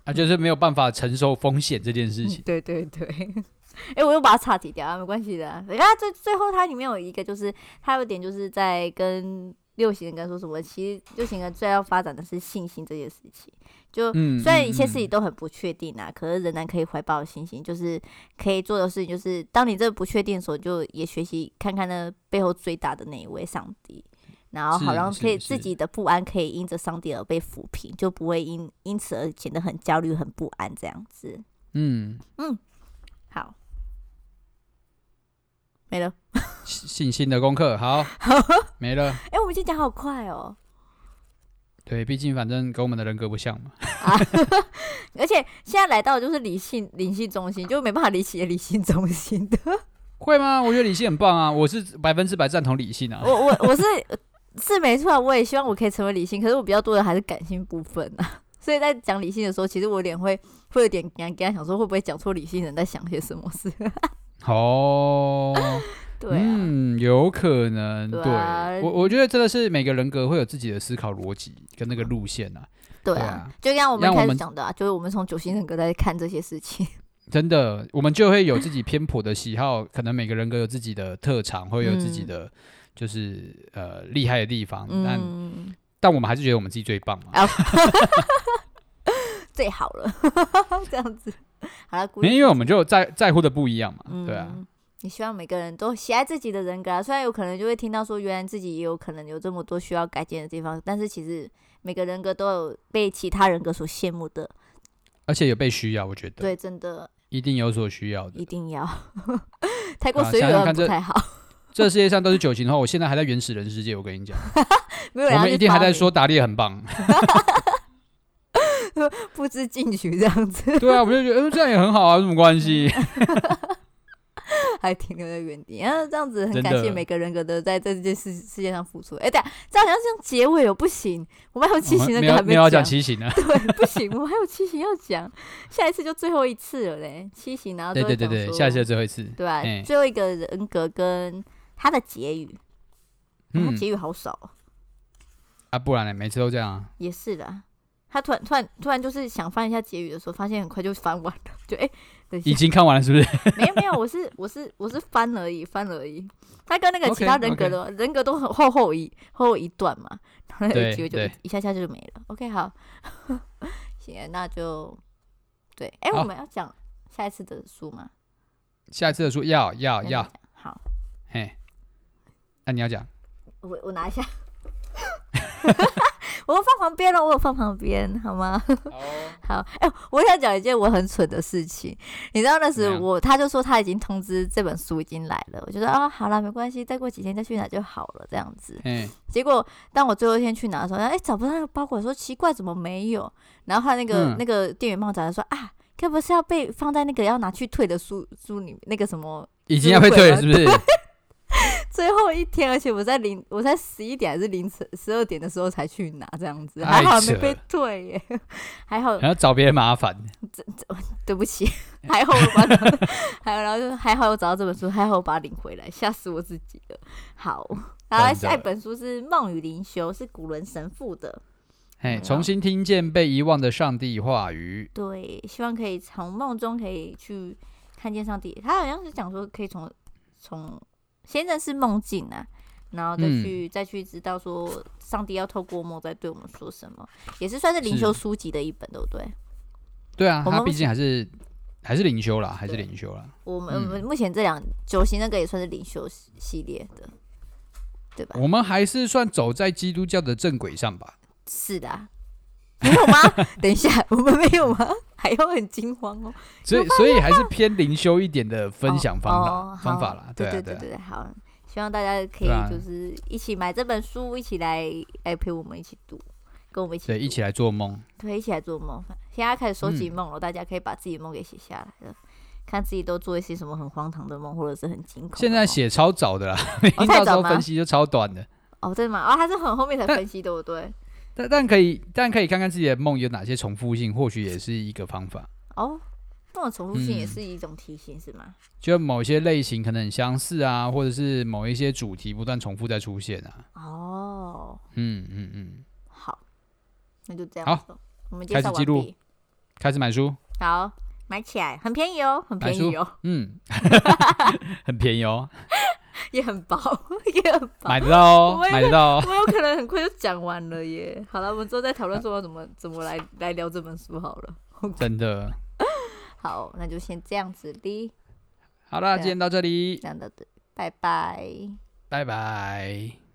Speaker 2: 啊，就是没有办法承受风险这件事
Speaker 3: 嗯
Speaker 2: 情，
Speaker 3: 对对对， *laughs* 哎、我又把它岔题掉啊，没关系的啊。你看最最后，它里面有一个就是它有点就是在跟六型人跟说什么，其实六型人最要发展的是信心这件事情。就、
Speaker 2: 嗯
Speaker 3: 虽然
Speaker 2: 嗯
Speaker 3: 一切事
Speaker 2: 嗯
Speaker 3: 情都很不确定啊，可是仍然可以怀抱信心，就是可以做的事情就是，当你这不确定的时候，就也学习看看那背后最大的那一位上帝。然后好
Speaker 2: 是
Speaker 3: 像可以
Speaker 2: 是
Speaker 3: 自
Speaker 2: 是
Speaker 3: 己的不安可以因着上帝而被抚平，就不会因因此而显得很焦虑、很不安这样子。
Speaker 2: 嗯，
Speaker 3: 好，没了。 *laughs*
Speaker 2: 信信心的功课好没了，
Speaker 3: 哎、我们今天讲好快哦，
Speaker 2: 对，毕竟反正跟我们的人格不像嘛。
Speaker 3: 而且现在来到的就是理性理性中心，就没办法理解理性中心的。 *laughs*
Speaker 2: 会吗？我觉得理性很棒啊，我是百分之百赞同理性啊
Speaker 3: 我。我我是是没错啊，我也希望我可以成为理性，可是我比较多的还是感性部分啊。 *laughs* 所以在讲理性的时候，其实我有点会会有点跟他想说，会不会讲错理性人在想些什么事？ *laughs*
Speaker 2: 哦，
Speaker 3: 对啊，
Speaker 2: 嗯，有可能，
Speaker 3: 对
Speaker 2: 对
Speaker 3: 啊
Speaker 2: 我我觉得真的是每个人格会有自己的思考逻辑跟那个路线啊，
Speaker 3: 对
Speaker 2: 对
Speaker 3: 啊
Speaker 2: 啊，
Speaker 3: 就像我们
Speaker 2: 让
Speaker 3: 一
Speaker 2: 我
Speaker 3: 开始
Speaker 2: 们
Speaker 3: 讲的啊，就是我们从九型人格在看这些事情。
Speaker 2: 真的，我们就会有自己偏颇的喜好，可能每个人格有自己的特长，会有自己
Speaker 3: 嗯
Speaker 2: 的。就是呃厉害的地方，但
Speaker 3: 嗯，
Speaker 2: 但我们还是觉得我们自己最棒嘛。
Speaker 3: 啊最好了， *laughs* 这样子。好了，鼓励
Speaker 2: 因为我们就在在乎的不一样嘛，
Speaker 3: 嗯，
Speaker 2: 对啊，。
Speaker 3: 你希望每个人都喜爱自己的人格啊，虽然有可能就会听到说，原来自己也有可能有这么多需要改进的地方，但是其实每个人格都有被其他人格所羡慕的，
Speaker 2: 而且有被需要，我觉得
Speaker 3: 对，真的
Speaker 2: 一定有所需要的
Speaker 3: 一。定要 *laughs* 太过
Speaker 2: 啊
Speaker 3: 随
Speaker 2: 想想
Speaker 3: 缘
Speaker 2: 看
Speaker 3: 不
Speaker 2: 这
Speaker 3: 太好，
Speaker 2: 这世界上都是酒精的话，我现在还在原始人世界，我跟你讲。
Speaker 3: 没有
Speaker 2: 我
Speaker 3: 人要
Speaker 2: 们
Speaker 3: 去
Speaker 2: 一定
Speaker 3: 啊发
Speaker 2: 还在
Speaker 3: 明
Speaker 2: 说打猎很棒，
Speaker 3: 不知进取这样子， *laughs*
Speaker 2: 对啊，我就觉得、嗯这样也很好啊，有什么关系？
Speaker 3: 嗯还停留在原地，然啊后这样子很
Speaker 2: 真
Speaker 3: 感谢
Speaker 2: 的
Speaker 3: 每个人格的在这件世世界上付出。哎、等下这样好像是用结尾哦，不行，我们还有七
Speaker 2: 我们
Speaker 3: 型那
Speaker 2: 没
Speaker 3: 个还
Speaker 2: 有没有要讲骑行啊？
Speaker 3: 对， *laughs* 不行，我们还有七型要讲，下一次就最后一次了嘞，七型，然后
Speaker 2: 对
Speaker 3: 就会
Speaker 2: 对对对，
Speaker 3: 讲说嗯
Speaker 2: 下一次的最后一次。
Speaker 3: 对吧、
Speaker 2: 哎
Speaker 3: 最后一个人格跟他的结语，他
Speaker 2: 嗯，
Speaker 3: 结语好少、哦，
Speaker 2: 啊，不然呢？每次都这样啊。
Speaker 3: 也是的。他突然突然突然就是想翻一下结语的时候，发现很快就翻完了，就哎、等一
Speaker 2: 已
Speaker 3: 下，
Speaker 2: 经看完了是不是？
Speaker 3: 没有没有，我是我是我是翻了而已，翻了而已。他跟那个其他
Speaker 2: OK，OK
Speaker 3: 人格的人格都很厚厚一厚厚一段嘛，然后那
Speaker 2: 对
Speaker 3: 个结语就
Speaker 2: 对
Speaker 3: 一下下就没了。OK，好， *laughs* 行，那就对，哎、
Speaker 2: 好
Speaker 3: 我们要讲下一次的书吗？
Speaker 2: 下一次的书要要
Speaker 3: 那
Speaker 2: 要
Speaker 3: 就，讲好，
Speaker 2: 嘿，那你要讲，
Speaker 3: 我我拿一下。 *laughs* 我有放旁边了，我有放旁边，好吗？
Speaker 2: 哦
Speaker 3: *laughs* 好，哎、我想讲一件我很蠢的事情。你知道那时
Speaker 2: 怎样
Speaker 3: 我他就说他已经通知这本书已经来了，我觉得啊，好啦，没关系，再过几天再去拿就好了，这样子。 *laughs*
Speaker 2: 嘿，
Speaker 3: 结果当我最后一天去拿的时候，哎、找不到那个包裹，说奇怪怎么没有？然后他那个、
Speaker 2: 嗯
Speaker 3: 那个店员帮我找，他说啊，该不是要被放在那个要拿去退的书书里那个什么
Speaker 2: 已经要被退了是
Speaker 3: *laughs*
Speaker 2: 不是？
Speaker 3: 最后一天，而且我在零，我在十一点还是凌晨十二点的时候才去拿，这样子，
Speaker 2: 太
Speaker 3: 还好
Speaker 2: 扯哎
Speaker 3: 没被退耶， *laughs* 还好，
Speaker 2: 然后找别人麻烦，
Speaker 3: 对不起， *laughs* 还好我把， *laughs* 还有然后就还好我找到这本书，还好我把它领回来，吓死我自己了。好，然后
Speaker 2: 真的
Speaker 3: 下一本书是《梦与灵修》，是古伦神父的，
Speaker 2: 嘿，
Speaker 3: 嗯
Speaker 2: 重新听见被遗忘的上帝话语，
Speaker 3: 对，希望可以从梦中可以去看见上帝。他好像是讲说可以从从先认识梦境啊，然后再
Speaker 2: 嗯
Speaker 3: 去、再去知道说上帝要透过梦在对我们说什么，也是算是灵
Speaker 2: 是
Speaker 3: 修书籍的一本，对不对？
Speaker 2: 对啊，
Speaker 3: 我们
Speaker 2: 他毕竟还是还是灵修啦，还是灵修啦，
Speaker 3: 我们、
Speaker 2: 嗯
Speaker 3: 我们目前这两九型那个也算是灵修系系列的，对吧？
Speaker 2: 我们还是算走在基督教的正轨上吧。
Speaker 3: 是的啊、 *laughs* 没有吗？等一下，我们没有吗？ *laughs* 还要很惊慌哦。
Speaker 2: 所以，所以还是偏灵修一点的分享方法、
Speaker 3: 哦哦
Speaker 2: 方法
Speaker 3: 好
Speaker 2: 啦，
Speaker 3: 对
Speaker 2: 啊，
Speaker 3: 对
Speaker 2: 啊，
Speaker 3: 对，好，希望大家可
Speaker 2: 对啊
Speaker 3: 以就是一起买这本书，一起来来陪我们一起读，跟我们一起
Speaker 2: 对，一
Speaker 3: 读
Speaker 2: 起来做梦。
Speaker 3: 对一起来做梦。现在开始收集
Speaker 2: 嗯
Speaker 3: 梦了，大家可以把自己的梦给写下来了。看自己都做一些什么很荒唐的梦，或者是很惊恐的梦。
Speaker 2: 现在写超早的啦，
Speaker 3: 哦
Speaker 2: 明 *laughs*
Speaker 3: 太
Speaker 2: 到
Speaker 3: 早
Speaker 2: 时候
Speaker 3: 吗
Speaker 2: 分析就超短的，
Speaker 3: 哦，对吗？哦，他是很后面才
Speaker 2: 但
Speaker 3: 分析，对不对？
Speaker 2: 但但可以，但可以看看自己的梦有哪些重复性，或许也是一个方法。
Speaker 3: 哦，那种重复性也
Speaker 2: 嗯
Speaker 3: 是一种提醒，是吗？
Speaker 2: 就某些类型可能很相似啊，或者是某一些主题不断重复在出现啊。
Speaker 3: 哦，
Speaker 2: 嗯嗯嗯，
Speaker 3: 好，那就这样
Speaker 2: 好
Speaker 3: 子哦。我们
Speaker 2: 开
Speaker 3: 介
Speaker 2: 始
Speaker 3: 绍
Speaker 2: 记
Speaker 3: 完
Speaker 2: 录
Speaker 3: 毕。
Speaker 2: 开始买书，
Speaker 3: 好，买起来，很便宜哦，很
Speaker 2: 买
Speaker 3: 便宜
Speaker 2: 书
Speaker 3: 哦。
Speaker 2: 嗯， *laughs* 很便宜哦，
Speaker 3: 也很薄， *laughs* 也很薄。
Speaker 2: 买得到哦
Speaker 3: 我，以为
Speaker 2: 买得
Speaker 3: *laughs*
Speaker 2: 到哦。
Speaker 3: 我有可能很快就讲完了耶。 *laughs* 好了，我们之后再讨论说要怎么怎么来来聊这本书好了。
Speaker 2: 真的。
Speaker 3: 好，那就先这样子哩，
Speaker 2: 好啦，
Speaker 3: 对啊
Speaker 2: 今天到这里
Speaker 3: 这，样的，拜拜。
Speaker 2: 拜拜。